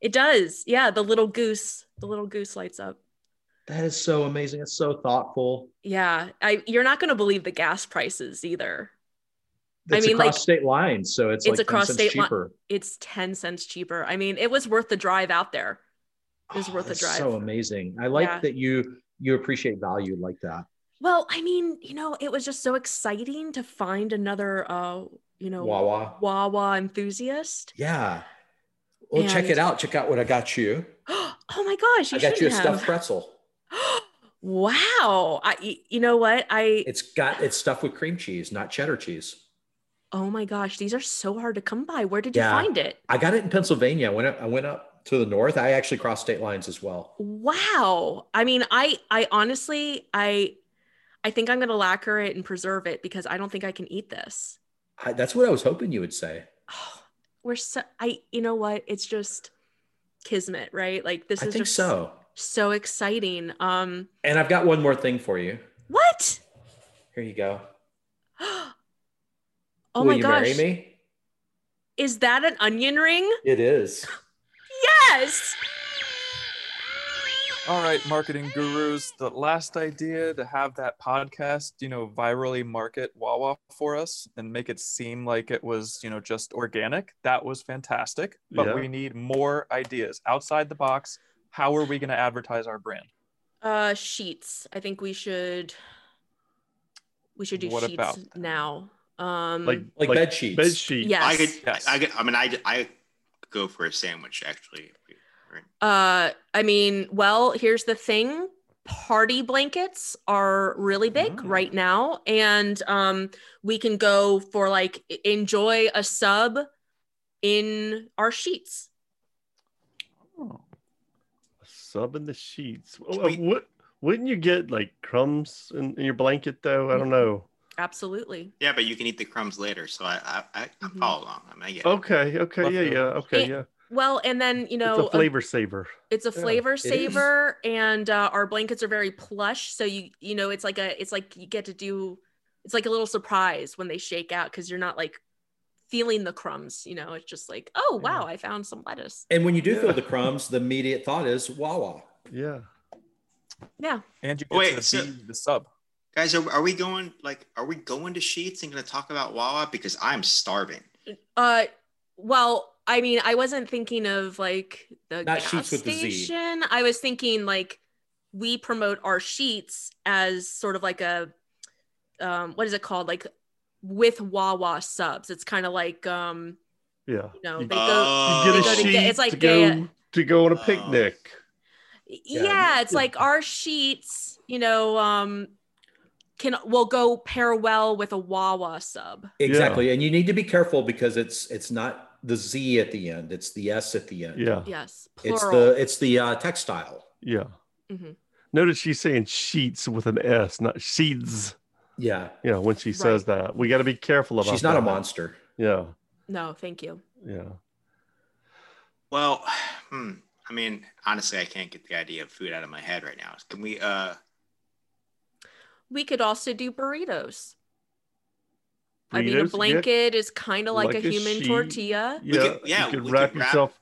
[SPEAKER 5] it does. Yeah, the little goose, the little goose lights up.
[SPEAKER 6] That is so amazing. It's so thoughtful.
[SPEAKER 5] Yeah, I you're not going to believe the gas prices either. I
[SPEAKER 6] It's
[SPEAKER 5] mean,
[SPEAKER 6] across
[SPEAKER 5] like-
[SPEAKER 6] state lines, so it's,
[SPEAKER 5] It's
[SPEAKER 6] like 10
[SPEAKER 5] across
[SPEAKER 6] cents
[SPEAKER 5] state li-
[SPEAKER 6] cheaper.
[SPEAKER 5] It's 10 cents cheaper. I mean, it was worth the drive out there. It was worth a
[SPEAKER 6] that's
[SPEAKER 5] drive.
[SPEAKER 6] So amazing. I like
[SPEAKER 5] Yeah.
[SPEAKER 6] that you you appreciate value like that.
[SPEAKER 5] Well, I mean, you know, it was just so exciting to find another uh, you know,
[SPEAKER 6] Wawa.
[SPEAKER 5] Wawa enthusiast.
[SPEAKER 6] Yeah. Well, check
[SPEAKER 5] And-
[SPEAKER 6] it out. Check out what I got you.
[SPEAKER 5] oh my gosh, you
[SPEAKER 6] I got you a
[SPEAKER 5] shouldn't
[SPEAKER 6] stuffed
[SPEAKER 5] have.
[SPEAKER 6] pretzel.
[SPEAKER 5] wow. I y- you know what? I
[SPEAKER 6] It's got it's stuffed with cream cheese, not cheddar cheese.
[SPEAKER 5] oh my gosh, these are so hard to come by. Where did you
[SPEAKER 6] Yeah.
[SPEAKER 5] find it?
[SPEAKER 6] I got it in Pennsylvania. I went up, I went up to the north. I actually crossed state lines as well.
[SPEAKER 5] Wow. I mean, I I honestly I I think I'm gonna lacquer it and preserve it because I don't think I can eat this.
[SPEAKER 6] I, that's what I was hoping you would say.
[SPEAKER 5] Oh, we're so I you know what? It's just kismet, right? Like this
[SPEAKER 6] I
[SPEAKER 5] is
[SPEAKER 6] think
[SPEAKER 5] just
[SPEAKER 6] so.
[SPEAKER 5] so exciting. Um
[SPEAKER 6] And I've got one more thing for you.
[SPEAKER 5] what?
[SPEAKER 6] Here you go.
[SPEAKER 5] Oh
[SPEAKER 6] Will
[SPEAKER 5] my
[SPEAKER 6] you
[SPEAKER 5] gosh.
[SPEAKER 6] marry me?
[SPEAKER 5] Is that an onion ring?
[SPEAKER 6] It is.
[SPEAKER 5] Yes.
[SPEAKER 2] All right, marketing gurus, the last idea to have that podcast, you know, virally market Wawa for us and make it seem like it was, you know, just organic. That was fantastic. But
[SPEAKER 3] Yeah.
[SPEAKER 2] we need more ideas outside the box. How are we going to advertise our brand?
[SPEAKER 5] Uh sheets. I think we should we should do
[SPEAKER 2] What
[SPEAKER 5] sheets
[SPEAKER 2] about that?
[SPEAKER 5] now. Um
[SPEAKER 3] like,
[SPEAKER 6] Like, bed sheets.
[SPEAKER 3] bed sheet.
[SPEAKER 5] yes.
[SPEAKER 4] I could.
[SPEAKER 2] Yes.
[SPEAKER 4] I, I could. I mean, I I could go for a sandwich actually.
[SPEAKER 5] Uh, I mean, well, here's the thing. Party blankets are really big
[SPEAKER 2] Mm.
[SPEAKER 5] right now. And um, we can go for like e- enjoy a sub in our sheets.
[SPEAKER 3] Sub in the sheets. Oh, uh,
[SPEAKER 4] Can we-
[SPEAKER 3] What, wouldn't you get like crumbs in, in your blanket though? I don't know.
[SPEAKER 5] Absolutely.
[SPEAKER 4] Yeah, but you can eat the crumbs later, so I I, I I
[SPEAKER 5] Mhm.
[SPEAKER 4] follow along. I mean, I get it.
[SPEAKER 3] Okay. Okay. Yeah. Yeah. Okay.
[SPEAKER 5] Yeah,
[SPEAKER 3] Yeah.
[SPEAKER 5] Well, and then you know,
[SPEAKER 3] it's a flavor saver.
[SPEAKER 5] it's a
[SPEAKER 3] Yeah,
[SPEAKER 5] flavor
[SPEAKER 6] is.
[SPEAKER 5] saver and uh, our blankets are very plush so you you know it's like a it's like you get to do it's like a little surprise when they shake out because you're not like feeling the crumbs you know it's just like oh wow i found some lettuce
[SPEAKER 6] And when you do
[SPEAKER 3] Yeah.
[SPEAKER 6] feel the crumbs, the immediate thought is Wawa.
[SPEAKER 3] Yeah.
[SPEAKER 5] yeah
[SPEAKER 2] And you get
[SPEAKER 4] Wait,
[SPEAKER 2] to
[SPEAKER 4] so-
[SPEAKER 2] be the sub.
[SPEAKER 4] Guys, are, are we going like are we going to Sheets and going to talk about Wawa because I'm starving?
[SPEAKER 5] uh well i mean i wasn't thinking of like the
[SPEAKER 6] Not
[SPEAKER 5] gas
[SPEAKER 6] sheets with the Z.
[SPEAKER 5] station i was thinking like we promote our sheets as sort of like a um what is it called like with wawa subs it's kind of like um
[SPEAKER 3] Yeah.
[SPEAKER 5] you know,
[SPEAKER 3] you,
[SPEAKER 5] they
[SPEAKER 3] you
[SPEAKER 6] Uh,
[SPEAKER 4] Oh.
[SPEAKER 3] get
[SPEAKER 5] they
[SPEAKER 3] a
[SPEAKER 5] go to
[SPEAKER 3] sheet
[SPEAKER 5] get-
[SPEAKER 3] to,
[SPEAKER 5] it's like Uh,
[SPEAKER 3] go,
[SPEAKER 5] they-
[SPEAKER 3] to go on a
[SPEAKER 4] Oh.
[SPEAKER 3] picnic.
[SPEAKER 5] yeah,
[SPEAKER 6] Yeah.
[SPEAKER 5] it's like our sheets you know um can will go pair well with a wawa sub
[SPEAKER 6] Exactly. And you need to be careful because it's it's not the Z at the end, it's the S at the end.
[SPEAKER 3] Yeah.
[SPEAKER 5] yes plural
[SPEAKER 6] It's the it's the uh, textile.
[SPEAKER 3] Yeah.
[SPEAKER 5] Mhm.
[SPEAKER 3] Notice she's saying sheets with an S, not sheets.
[SPEAKER 6] Yeah.
[SPEAKER 3] You know, when she says that, we got to be careful about
[SPEAKER 6] She's not a
[SPEAKER 3] that.
[SPEAKER 6] monster.
[SPEAKER 3] Yeah.
[SPEAKER 5] no thank you
[SPEAKER 3] Yeah.
[SPEAKER 4] Well, hmm. I mean, honestly, I can't get the idea of food out of my head right now. Can we? uh
[SPEAKER 5] we could also do burritos I
[SPEAKER 3] Burritos,
[SPEAKER 5] mean,
[SPEAKER 3] you
[SPEAKER 5] a
[SPEAKER 3] get-
[SPEAKER 5] blanket is kind of like,
[SPEAKER 3] like
[SPEAKER 5] a
[SPEAKER 3] a
[SPEAKER 5] human
[SPEAKER 3] sheet.
[SPEAKER 5] tortilla.
[SPEAKER 3] Yeah.
[SPEAKER 4] could- yeah,
[SPEAKER 3] You could
[SPEAKER 4] we
[SPEAKER 3] wrap
[SPEAKER 4] could wrap-
[SPEAKER 3] yourself.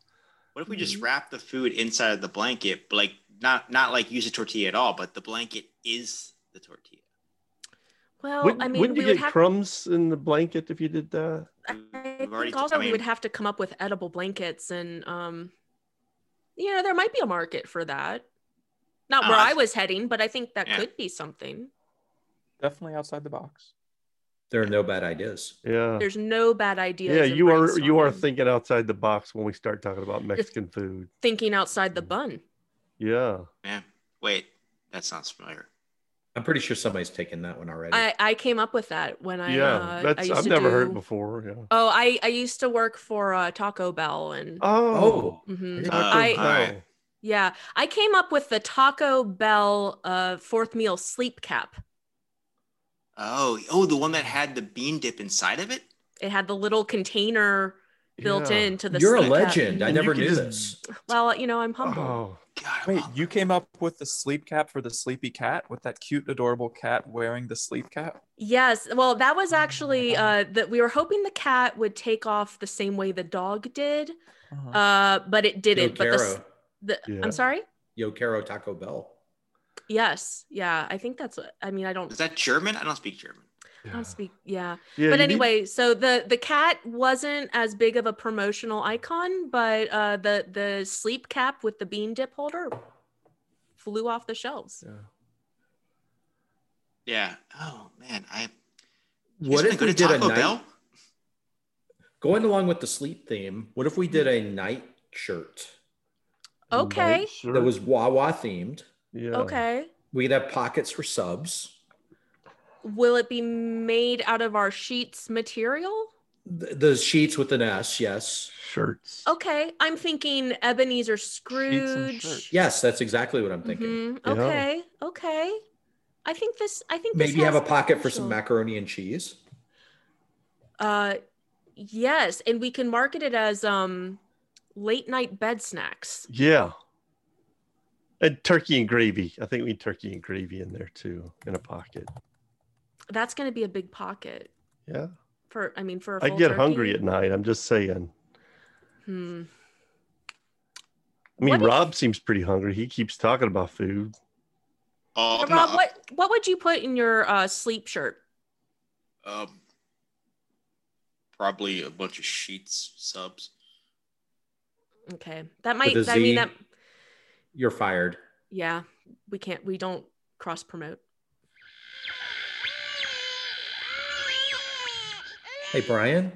[SPEAKER 4] What if we
[SPEAKER 5] Mm-hmm.
[SPEAKER 4] just wrap the food inside of the blanket, but like not not like use a tortilla at all, but the blanket is the tortilla.
[SPEAKER 5] Well,
[SPEAKER 3] wouldn't,
[SPEAKER 5] I mean,
[SPEAKER 3] wouldn't
[SPEAKER 5] we
[SPEAKER 3] you
[SPEAKER 5] would
[SPEAKER 3] get
[SPEAKER 5] have.
[SPEAKER 3] crumbs in the blanket if you did that?
[SPEAKER 5] I
[SPEAKER 4] We've already-
[SPEAKER 5] think also
[SPEAKER 4] I mean-
[SPEAKER 5] we would have to come up with edible blankets, and um, you know, there might be a market for that. Not
[SPEAKER 4] Oh,
[SPEAKER 5] where
[SPEAKER 4] I-
[SPEAKER 5] I was heading, but I think that
[SPEAKER 4] Yeah.
[SPEAKER 5] could be something.
[SPEAKER 2] Definitely outside the box.
[SPEAKER 6] There are no bad ideas.
[SPEAKER 3] Yeah.
[SPEAKER 5] There's no bad ideas.
[SPEAKER 3] Yeah,
[SPEAKER 5] in
[SPEAKER 3] you are you are
[SPEAKER 5] brainstorming.
[SPEAKER 3] thinking outside the box when we start talking about Mexican food.
[SPEAKER 5] thinking outside the bun.
[SPEAKER 3] Yeah.
[SPEAKER 4] Wait, that sounds familiar.
[SPEAKER 6] I'm pretty sure somebody's taken that one already.
[SPEAKER 5] I I came up with that when I
[SPEAKER 3] yeah.
[SPEAKER 5] uh, I
[SPEAKER 3] That's
[SPEAKER 5] used
[SPEAKER 3] I've
[SPEAKER 5] to
[SPEAKER 3] never heard
[SPEAKER 5] do-
[SPEAKER 3] it before. Yeah.
[SPEAKER 5] Oh, I I used to work for uh, Taco Bell and.
[SPEAKER 6] oh,
[SPEAKER 5] Mhm.
[SPEAKER 3] Taco
[SPEAKER 5] I-
[SPEAKER 3] Bell.
[SPEAKER 4] Alright.
[SPEAKER 5] Yeah, I came up with the Taco Bell uh, fourth meal sleep cap.
[SPEAKER 4] Oh, oh, the one that had the bean dip inside of it.
[SPEAKER 5] It had the little container built
[SPEAKER 3] Yeah.
[SPEAKER 5] into the.
[SPEAKER 6] you're a
[SPEAKER 5] sleep cap.
[SPEAKER 6] legend. I
[SPEAKER 3] And you
[SPEAKER 6] never
[SPEAKER 3] can
[SPEAKER 6] knew
[SPEAKER 3] just-
[SPEAKER 6] this.
[SPEAKER 5] Well, you know, I'm humble.
[SPEAKER 3] Oh,
[SPEAKER 4] God, I'm
[SPEAKER 2] Wait,
[SPEAKER 4] hungry.
[SPEAKER 2] you came up with the sleep cap for the sleepy cat with that cute, adorable cat wearing the sleep cap?
[SPEAKER 5] Yes. Well, that was actually
[SPEAKER 3] Oh,
[SPEAKER 5] uh, that we were hoping the cat would take off the same way the dog did,
[SPEAKER 2] Uh-huh.
[SPEAKER 5] uh, but it didn't. But the, s-
[SPEAKER 6] Yokero,
[SPEAKER 5] the
[SPEAKER 3] Yeah.
[SPEAKER 5] I'm sorry.
[SPEAKER 6] Yokero Taco Bell.
[SPEAKER 5] Yes. Yeah. I think that's what. I mean, I don't.
[SPEAKER 4] is that German? I don't speak German.
[SPEAKER 5] I
[SPEAKER 3] yeah.
[SPEAKER 5] don't speak. Yeah.
[SPEAKER 3] Yeah, you
[SPEAKER 5] but
[SPEAKER 3] need-
[SPEAKER 5] anyway, so the the cat wasn't as big of a promotional icon, but uh, the the sleep cap with the bean dip holder flew off the shelves.
[SPEAKER 3] Yeah.
[SPEAKER 4] Yeah. Oh man, I. you guys
[SPEAKER 6] What
[SPEAKER 4] wanna
[SPEAKER 6] if
[SPEAKER 4] go
[SPEAKER 6] we
[SPEAKER 4] to
[SPEAKER 6] did a
[SPEAKER 4] Taco
[SPEAKER 6] night?
[SPEAKER 4] Bell?
[SPEAKER 6] Going along with the sleep theme, what if we did a night shirt
[SPEAKER 5] Okay.
[SPEAKER 3] Night shirt.
[SPEAKER 6] that was Wawa themed?
[SPEAKER 3] yeah.
[SPEAKER 5] Okay.
[SPEAKER 6] We could have pockets for subs.
[SPEAKER 5] Will it be made out of our sheets material?
[SPEAKER 6] The, the sheets with an S, yes.
[SPEAKER 3] shirts.
[SPEAKER 5] Okay, I'm thinking Ebenezer
[SPEAKER 2] and
[SPEAKER 5] Scrooge.
[SPEAKER 2] shirts.
[SPEAKER 6] Yes, that's exactly what I'm thinking.
[SPEAKER 5] Mhm,
[SPEAKER 3] Yeah.
[SPEAKER 5] Okay. Okay. I think this. I think this
[SPEAKER 6] Maybe have a
[SPEAKER 5] has
[SPEAKER 6] pocket for some
[SPEAKER 5] potential.
[SPEAKER 6] macaroni and cheese.
[SPEAKER 5] Uh, yes, and we can market it as um, late night bed snacks.
[SPEAKER 3] Yeah. And turkey and gravy. I think we need turkey and gravy in there too, in a pocket.
[SPEAKER 5] that's going to be a big pocket
[SPEAKER 3] Yeah.
[SPEAKER 5] for i mean for a
[SPEAKER 3] I
[SPEAKER 5] full
[SPEAKER 3] get
[SPEAKER 5] turkey.
[SPEAKER 3] hungry at night. I'm just saying.
[SPEAKER 5] hmm.
[SPEAKER 3] I mean,
[SPEAKER 5] What if-
[SPEAKER 3] Rob seems pretty hungry. He keeps talking about food.
[SPEAKER 4] Oh,
[SPEAKER 5] Now,
[SPEAKER 4] I'm
[SPEAKER 5] rob
[SPEAKER 4] not-
[SPEAKER 5] what what would you put in your uh sleep shirt
[SPEAKER 4] Um, probably a bunch of sheets subs.
[SPEAKER 5] okay that might
[SPEAKER 6] With a
[SPEAKER 5] i mean
[SPEAKER 6] Z.
[SPEAKER 5] that
[SPEAKER 6] You're fired.
[SPEAKER 5] yeah we can't we don't cross promote
[SPEAKER 6] Hey, Brian,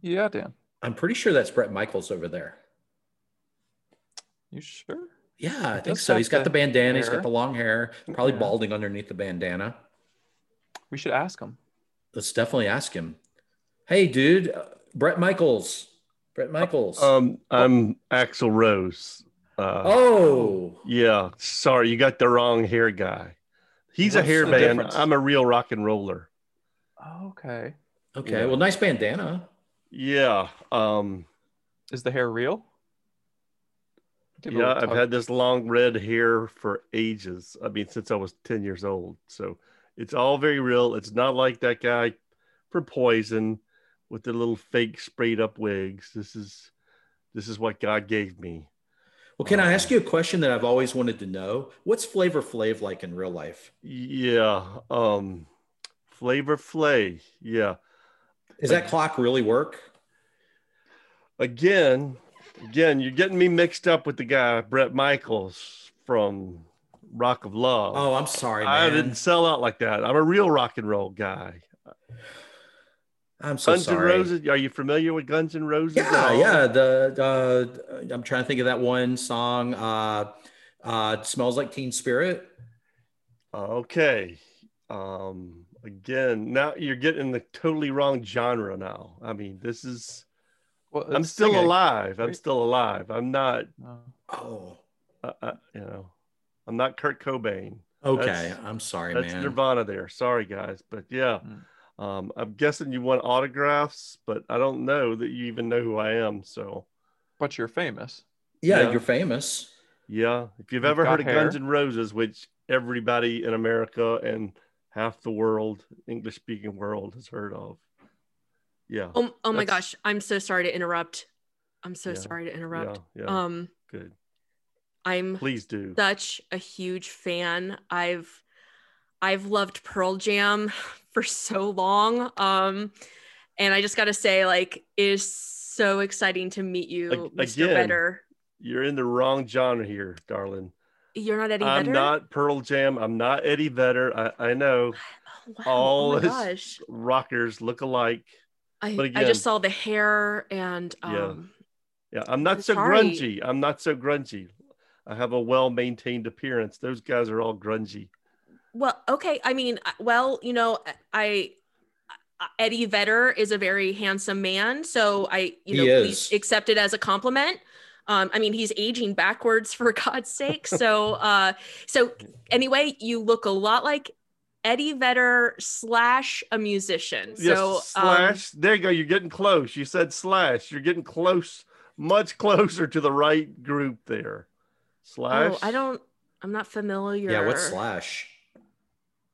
[SPEAKER 2] Yeah, Dan.
[SPEAKER 6] I'm pretty sure that's Brett Michaels over there.
[SPEAKER 2] You sure?
[SPEAKER 6] Yeah, I think
[SPEAKER 2] does
[SPEAKER 6] so.
[SPEAKER 2] have
[SPEAKER 6] He's got
[SPEAKER 2] the
[SPEAKER 6] the bandana. He's
[SPEAKER 2] hair.
[SPEAKER 6] got the long hair. Probably
[SPEAKER 2] Yeah.
[SPEAKER 6] balding underneath the bandana.
[SPEAKER 2] We should ask him.
[SPEAKER 6] Let's definitely ask him. Hey, dude, uh, Brett Michaels. Brett Michaels.
[SPEAKER 3] Um, I'm Axel Rose. Uh,
[SPEAKER 6] oh,
[SPEAKER 3] yeah. Sorry, you got the wrong hair guy. He's a
[SPEAKER 2] What's
[SPEAKER 3] hair
[SPEAKER 2] the
[SPEAKER 3] man.
[SPEAKER 2] difference?
[SPEAKER 3] I'm a real rock and roller.
[SPEAKER 2] Okay.
[SPEAKER 6] Okay.
[SPEAKER 3] Yeah.
[SPEAKER 6] Well, nice bandana.
[SPEAKER 3] Yeah. Um,
[SPEAKER 2] Is the hair real? Give it a
[SPEAKER 3] yeah,
[SPEAKER 2] little
[SPEAKER 3] I've
[SPEAKER 2] tug.
[SPEAKER 3] had this long red hair for ages. I mean, since I was 10 years old. So it's all very real. It's not like that guy for poison with the little fake sprayed up wigs. This is this is what God gave me.
[SPEAKER 6] Well, can
[SPEAKER 3] Um,
[SPEAKER 6] I ask you a question that I've always wanted to know? What's Flavor Flav like in real life?
[SPEAKER 3] Yeah. Um Flavor Flay. Yeah.
[SPEAKER 6] Does that clock really work?
[SPEAKER 3] Again, again, you're getting me mixed up with the guy Brett Michaels from Rock of Love.
[SPEAKER 6] Oh, I'm sorry, man.
[SPEAKER 3] I didn't sell out like that. I'm a real rock and roll guy.
[SPEAKER 6] I'm so
[SPEAKER 3] Guns N'
[SPEAKER 6] sorry.
[SPEAKER 3] Roses. Are you familiar with Guns N' Roses? at
[SPEAKER 6] Yeah,
[SPEAKER 3] all?
[SPEAKER 6] yeah. The uh, I'm trying to think of that one song. Uh, uh, smells like Teen Spirit.
[SPEAKER 3] Okay. Um, again, now you're getting the totally wrong genre. Now, I mean, this is.
[SPEAKER 2] Well,
[SPEAKER 3] I'm
[SPEAKER 2] it's
[SPEAKER 3] still
[SPEAKER 2] singing.
[SPEAKER 3] alive. I'm
[SPEAKER 2] right?
[SPEAKER 3] still alive. I'm not.
[SPEAKER 2] Oh.
[SPEAKER 6] Oh,
[SPEAKER 3] Uh, uh, you know, I'm not Kurt Cobain.
[SPEAKER 6] okay.
[SPEAKER 3] That's-
[SPEAKER 6] I'm sorry,
[SPEAKER 3] That's
[SPEAKER 6] man.
[SPEAKER 3] Nirvana there. Sorry, guys, but yeah.
[SPEAKER 2] Mm.
[SPEAKER 3] Um, I'm guessing you want autographs, but I don't know that you even know who I am. So.
[SPEAKER 2] But you're famous.
[SPEAKER 6] yeah,
[SPEAKER 3] yeah.
[SPEAKER 6] you're famous.
[SPEAKER 3] Yeah. If you've
[SPEAKER 2] You've
[SPEAKER 3] ever heard
[SPEAKER 2] got
[SPEAKER 3] of Guns
[SPEAKER 2] hair.
[SPEAKER 3] N' Roses, which everybody in America and half the world, English speaking world, has heard of. Yeah.
[SPEAKER 5] Oh, oh my
[SPEAKER 3] That's-
[SPEAKER 5] gosh, I'm so sorry to interrupt. I'm so
[SPEAKER 3] Yeah,
[SPEAKER 5] sorry to
[SPEAKER 3] Yeah.
[SPEAKER 5] interrupt.
[SPEAKER 3] Yeah.
[SPEAKER 5] Um,
[SPEAKER 3] Good.
[SPEAKER 5] I'm
[SPEAKER 3] Please do.
[SPEAKER 5] such a huge fan. I've I've loved Pearl Jam for so long. Um, and I just gotta say, like, it is so exciting to meet you,
[SPEAKER 3] Ag-
[SPEAKER 5] Mr.
[SPEAKER 3] again.
[SPEAKER 5] Better.
[SPEAKER 3] You're in the wrong genre here, darling.
[SPEAKER 5] You're not Eddie
[SPEAKER 3] I'm
[SPEAKER 5] Vedder.
[SPEAKER 3] not Pearl Jam. I'm not Eddie Vedder. I, I know
[SPEAKER 5] Oh, wow.
[SPEAKER 3] all
[SPEAKER 5] oh my
[SPEAKER 3] this-
[SPEAKER 5] gosh.
[SPEAKER 3] rockers look alike.
[SPEAKER 5] I,
[SPEAKER 3] but
[SPEAKER 5] I
[SPEAKER 3] again-
[SPEAKER 5] just saw the hair and
[SPEAKER 3] Yeah.
[SPEAKER 5] um
[SPEAKER 3] Yeah. I'm not
[SPEAKER 5] I'm
[SPEAKER 3] so
[SPEAKER 5] sorry.
[SPEAKER 3] grungy. I'm not so grungy. I have a well maintained appearance. Those guys are all grungy.
[SPEAKER 5] well okay I mean I- well you know uh, I I- Eddie Vedder is a very handsome man so I you
[SPEAKER 6] He
[SPEAKER 5] know
[SPEAKER 6] is.
[SPEAKER 5] please accept it as a compliment um I mean he's aging backwards for God's sake so uh so anyway you look a lot like Eddie Vedder slash a musician
[SPEAKER 3] Yes,
[SPEAKER 5] so um,
[SPEAKER 3] slash. there you go. You're getting close. You said slash. You're getting close, much closer to the right group there. Slash.
[SPEAKER 5] oh, I don't I'm not familiar
[SPEAKER 6] Yeah, what's Slash?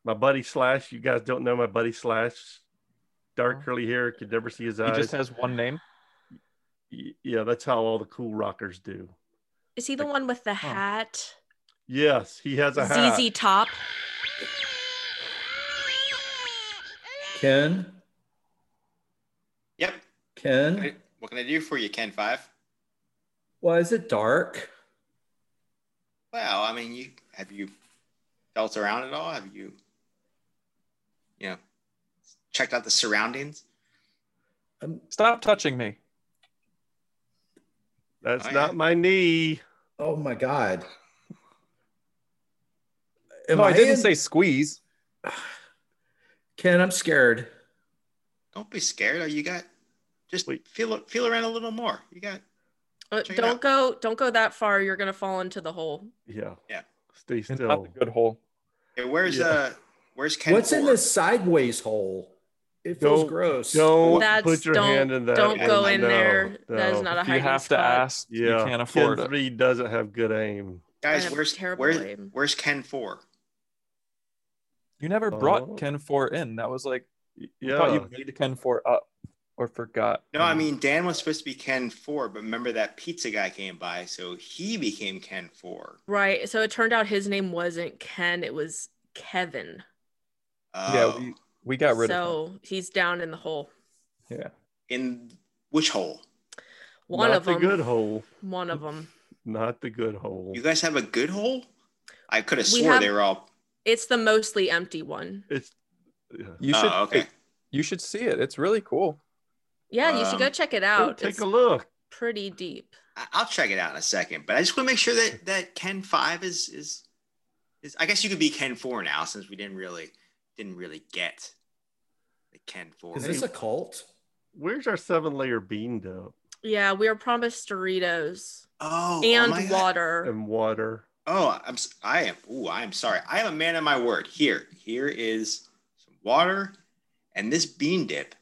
[SPEAKER 3] My buddy Slash. You guys don't know my buddy Slash.
[SPEAKER 5] Oh.
[SPEAKER 3] Dark curly hair. Could never see his
[SPEAKER 2] He
[SPEAKER 3] eyes.
[SPEAKER 2] just has one name.
[SPEAKER 3] Y- yeah, that's how all the cool rockers do.
[SPEAKER 5] is he the one with the hat
[SPEAKER 3] Yes, he has a hat.
[SPEAKER 5] ZZ Top
[SPEAKER 6] Ken?
[SPEAKER 4] Yep.
[SPEAKER 6] Ken?
[SPEAKER 4] What can I do for you, Ken Five?
[SPEAKER 6] Why is it dark?
[SPEAKER 4] Well, I mean, you have you felt around at all? Have you, you know, checked out the surroundings?
[SPEAKER 6] Um,
[SPEAKER 2] Stop touching me.
[SPEAKER 3] That's
[SPEAKER 4] Oh,
[SPEAKER 3] not
[SPEAKER 4] yeah.
[SPEAKER 3] my knee.
[SPEAKER 6] oh my god. Am
[SPEAKER 2] no, I, didn't
[SPEAKER 6] in-
[SPEAKER 2] say squeeze.
[SPEAKER 6] Ken. I'm scared.
[SPEAKER 4] Don't be scared. Oh, you got just
[SPEAKER 3] Wait.
[SPEAKER 4] feel feel around a little more. You got
[SPEAKER 5] Uh,
[SPEAKER 4] Check it
[SPEAKER 5] don't
[SPEAKER 4] out.
[SPEAKER 5] go don't go that far you're gonna fall into the hole
[SPEAKER 3] Yeah.
[SPEAKER 4] Yeah.
[SPEAKER 3] Stay
[SPEAKER 2] It's not
[SPEAKER 3] still.
[SPEAKER 2] the good hole.
[SPEAKER 4] hey, where's
[SPEAKER 3] Yeah.
[SPEAKER 4] uh where's Ken?
[SPEAKER 6] What's in
[SPEAKER 4] Ford?
[SPEAKER 6] this sideways hole? It feels
[SPEAKER 3] Don't-
[SPEAKER 6] gross.
[SPEAKER 3] Don't
[SPEAKER 5] That's-
[SPEAKER 3] put your
[SPEAKER 5] don't-
[SPEAKER 3] hand in that.
[SPEAKER 5] don't
[SPEAKER 3] hole.
[SPEAKER 5] go in
[SPEAKER 3] No,
[SPEAKER 5] there. That
[SPEAKER 3] no.
[SPEAKER 5] is not a
[SPEAKER 2] If you
[SPEAKER 5] hiding
[SPEAKER 2] have to
[SPEAKER 5] spot.
[SPEAKER 2] ask.
[SPEAKER 3] Yeah,
[SPEAKER 2] You can't afford
[SPEAKER 3] Ken
[SPEAKER 2] it.
[SPEAKER 3] Three doesn't have good aim.
[SPEAKER 5] I
[SPEAKER 4] guys?
[SPEAKER 5] have
[SPEAKER 4] Where's
[SPEAKER 5] terrible
[SPEAKER 4] where's
[SPEAKER 5] aim.
[SPEAKER 4] where's Ken Four?
[SPEAKER 2] You never
[SPEAKER 3] Oh.
[SPEAKER 2] brought Ken Four in. That was like I
[SPEAKER 3] Yeah,
[SPEAKER 2] thought you made Ken Four up or forgot.
[SPEAKER 4] No, I mean Dan was supposed to be Ken Four, but remember that pizza guy came by, so he became Ken Four.
[SPEAKER 5] right so it turned out his name wasn't ken it was kevin
[SPEAKER 2] Yeah,
[SPEAKER 4] Oh,
[SPEAKER 2] we got rid of him.
[SPEAKER 5] so he's down in the hole
[SPEAKER 4] in which hole?
[SPEAKER 5] one
[SPEAKER 3] not
[SPEAKER 5] of
[SPEAKER 3] the
[SPEAKER 5] them
[SPEAKER 3] good hole.
[SPEAKER 5] one of them
[SPEAKER 3] Not the good hole.
[SPEAKER 4] You guys have a good hole? I could have
[SPEAKER 5] We
[SPEAKER 4] swore
[SPEAKER 5] have-
[SPEAKER 4] they were all.
[SPEAKER 5] it's the mostly empty one
[SPEAKER 3] It's yeah.
[SPEAKER 2] You should
[SPEAKER 4] oh, okay.
[SPEAKER 2] you should see it. It's really cool.
[SPEAKER 5] yeah you should go
[SPEAKER 4] Um,
[SPEAKER 5] check it
[SPEAKER 3] Go
[SPEAKER 5] out
[SPEAKER 3] take
[SPEAKER 5] it's
[SPEAKER 3] a look.
[SPEAKER 5] pretty deep
[SPEAKER 4] I- I'll check it out in a second, but I just want to make sure that that Ken Five is is is. I guess you could be Ken Four now since we didn't really didn't really get the Ken Four.
[SPEAKER 6] Is this a cult?
[SPEAKER 3] Where's our seven layer bean dough
[SPEAKER 5] yeah we were promised doritos
[SPEAKER 4] oh, oh my
[SPEAKER 5] and
[SPEAKER 4] God.
[SPEAKER 5] water
[SPEAKER 3] and water?
[SPEAKER 4] Oh, I'm s- I am. Ooh, I am sorry. I am a man of my word. Here, here is some water And this bean dip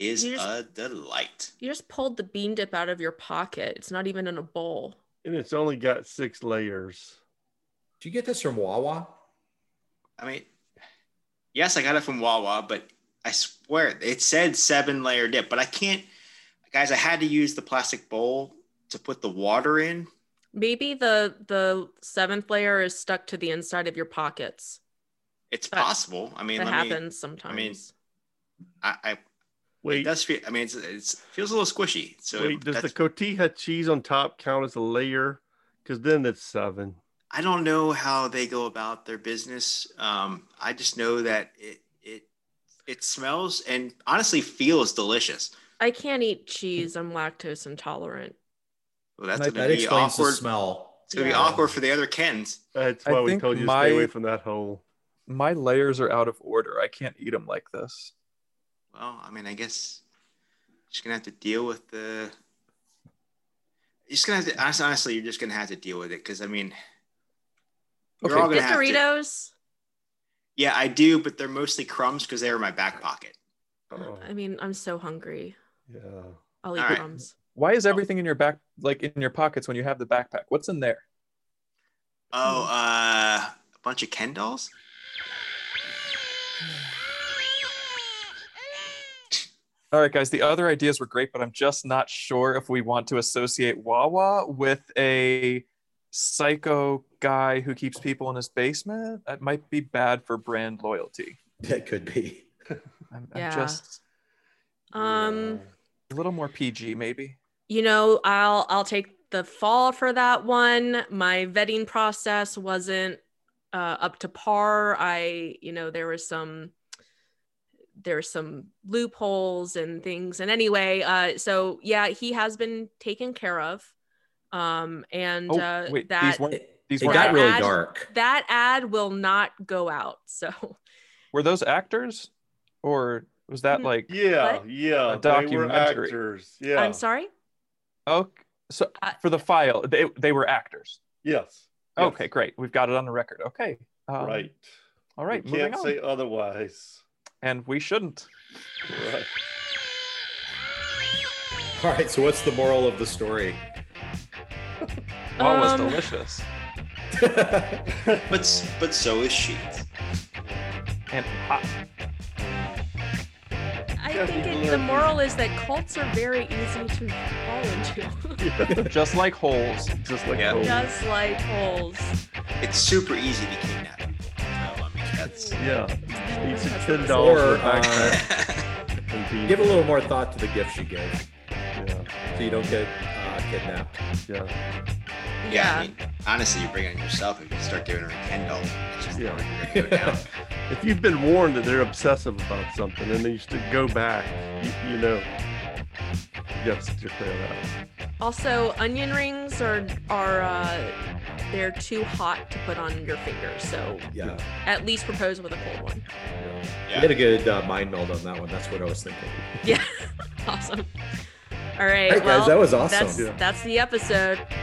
[SPEAKER 4] is
[SPEAKER 5] You just-
[SPEAKER 4] a delight.
[SPEAKER 5] You just pulled the bean dip out of your pocket. It's not even in a bowl.
[SPEAKER 3] and it's only got six layers.
[SPEAKER 6] Do you get this from Wawa?
[SPEAKER 4] I mean, yes, I got it from Wawa, but I swear it said seven layer dip, but I can't, guys, I had to use the plastic bowl to put the water in.
[SPEAKER 5] Maybe the the seventh layer is stuck to the inside of your pockets.
[SPEAKER 4] It's
[SPEAKER 5] That-
[SPEAKER 4] possible. I mean,
[SPEAKER 5] that
[SPEAKER 4] let me,
[SPEAKER 5] happens sometimes.
[SPEAKER 4] I, I it
[SPEAKER 3] Wait,
[SPEAKER 4] does feel, I mean, it's, it's feels a little squishy. So
[SPEAKER 3] wait, does the
[SPEAKER 4] that's-
[SPEAKER 3] cotija cheese on top count as a layer? Because then that's seven.
[SPEAKER 4] I don't know how they go about their business. Um, I just know that it, it, it smells and honestly feels delicious.
[SPEAKER 5] I can't eat cheese. I'm lactose intolerant.
[SPEAKER 4] Well, that's
[SPEAKER 2] That-
[SPEAKER 4] going
[SPEAKER 6] That
[SPEAKER 4] to be
[SPEAKER 6] explains the
[SPEAKER 4] awkward.
[SPEAKER 6] smell.
[SPEAKER 4] It's going to
[SPEAKER 5] Yeah.
[SPEAKER 4] be awkward for the other Kens.
[SPEAKER 3] That's
[SPEAKER 2] I
[SPEAKER 3] why we
[SPEAKER 2] think
[SPEAKER 3] told you to
[SPEAKER 2] my-
[SPEAKER 3] stay away from that hole.
[SPEAKER 2] My layers are out of order. I can't eat them like this.
[SPEAKER 4] Well, I mean, I guess just gonna have to deal with the. You're just gonna have to honestly, honestly you're just gonna have to deal with it because I mean, you're
[SPEAKER 2] Okay.
[SPEAKER 4] all gonna
[SPEAKER 5] Get
[SPEAKER 4] have to.
[SPEAKER 5] Doritos.
[SPEAKER 4] Yeah, I do, but they're mostly crumbs because they were in my back pocket.
[SPEAKER 3] Oh,
[SPEAKER 5] I mean, I'm so hungry.
[SPEAKER 3] yeah.
[SPEAKER 5] I'll eat
[SPEAKER 4] All right.
[SPEAKER 5] crumbs.
[SPEAKER 2] Why is everything in your back, like in your pockets, when you have the backpack? What's in there?
[SPEAKER 4] Oh, uh, a bunch of Ken dolls.
[SPEAKER 2] All right, guys. The other ideas were great, but I'm just not sure if we want to associate Wawa with a psycho guy who keeps people in his basement. That might be bad for brand loyalty.
[SPEAKER 6] It could be.
[SPEAKER 2] I'm,
[SPEAKER 5] Yeah.
[SPEAKER 2] I'm just
[SPEAKER 5] Um.
[SPEAKER 2] a little more PG, maybe.
[SPEAKER 5] you know i'll i'll take the fall for that one my vetting process wasn't uh, up to par i you know there was some there were some loopholes and things and anyway uh so yeah he has been taken care of um and
[SPEAKER 2] Oh,
[SPEAKER 5] uh
[SPEAKER 2] wait,
[SPEAKER 5] that
[SPEAKER 2] these weren't.
[SPEAKER 6] It,
[SPEAKER 2] These
[SPEAKER 6] it
[SPEAKER 2] were
[SPEAKER 6] got
[SPEAKER 5] not-
[SPEAKER 6] really
[SPEAKER 5] Add-
[SPEAKER 6] dark.
[SPEAKER 5] that ad will not go out so
[SPEAKER 2] Were those actors, or was that
[SPEAKER 5] Mm.
[SPEAKER 2] like?
[SPEAKER 3] Yeah,
[SPEAKER 5] What?
[SPEAKER 2] A
[SPEAKER 3] yeah. They were
[SPEAKER 2] documentary.
[SPEAKER 3] actors. Yeah.
[SPEAKER 5] i'm sorry
[SPEAKER 2] Oh, so
[SPEAKER 5] Uh,
[SPEAKER 2] for the file, they, they were actors.
[SPEAKER 3] Yes.
[SPEAKER 2] Okay, great. We've got it on the record. Okay. Um,
[SPEAKER 3] Right.
[SPEAKER 2] All right.
[SPEAKER 3] You
[SPEAKER 2] Moving
[SPEAKER 3] can't
[SPEAKER 2] on.
[SPEAKER 3] say otherwise.
[SPEAKER 2] And we shouldn't.
[SPEAKER 3] Right.
[SPEAKER 6] All right. So what's the moral of the story?
[SPEAKER 2] Wawa's
[SPEAKER 5] Um,
[SPEAKER 2] Oh, delicious.
[SPEAKER 4] But s- but so is sheets.
[SPEAKER 2] And hot.
[SPEAKER 5] i
[SPEAKER 3] Yeah,
[SPEAKER 5] think
[SPEAKER 3] people
[SPEAKER 5] it,
[SPEAKER 3] are-
[SPEAKER 5] the moral is that cults are very easy to fall into
[SPEAKER 2] just like holes.
[SPEAKER 3] Just like
[SPEAKER 4] Yeah.
[SPEAKER 3] home.
[SPEAKER 5] just like holes
[SPEAKER 4] It's super easy to kidnap people. So, Oh, I mean, that's.
[SPEAKER 3] Yeah. Just need some ten dollars
[SPEAKER 6] or
[SPEAKER 3] for a backpack
[SPEAKER 6] uh,
[SPEAKER 3] and beans.
[SPEAKER 6] give a little more thought to the gifts you give,
[SPEAKER 3] Yeah.
[SPEAKER 6] so you don't get uh, kidnapped.
[SPEAKER 3] Yeah.
[SPEAKER 5] yeah,
[SPEAKER 4] yeah. I mean, honestly, you bring it on yourself if you start giving her a Ken doll. It's just
[SPEAKER 3] Yeah.
[SPEAKER 4] never gonna go down.
[SPEAKER 3] If you've been warned that they're obsessive about something and then you still go back, you, you know, you have to steer clear of that.
[SPEAKER 5] Also, onion rings are are uh, they're too hot to put on your fingers. So
[SPEAKER 6] Yeah.
[SPEAKER 5] at least propose with a cold one.
[SPEAKER 6] I
[SPEAKER 4] Yeah.
[SPEAKER 6] did a good uh, mind meld on that one. That's what I was thinking.
[SPEAKER 5] Awesome. All right,
[SPEAKER 6] All right,
[SPEAKER 5] well,
[SPEAKER 6] guys, that was awesome.
[SPEAKER 5] that's
[SPEAKER 3] Yeah.
[SPEAKER 5] that's the episode.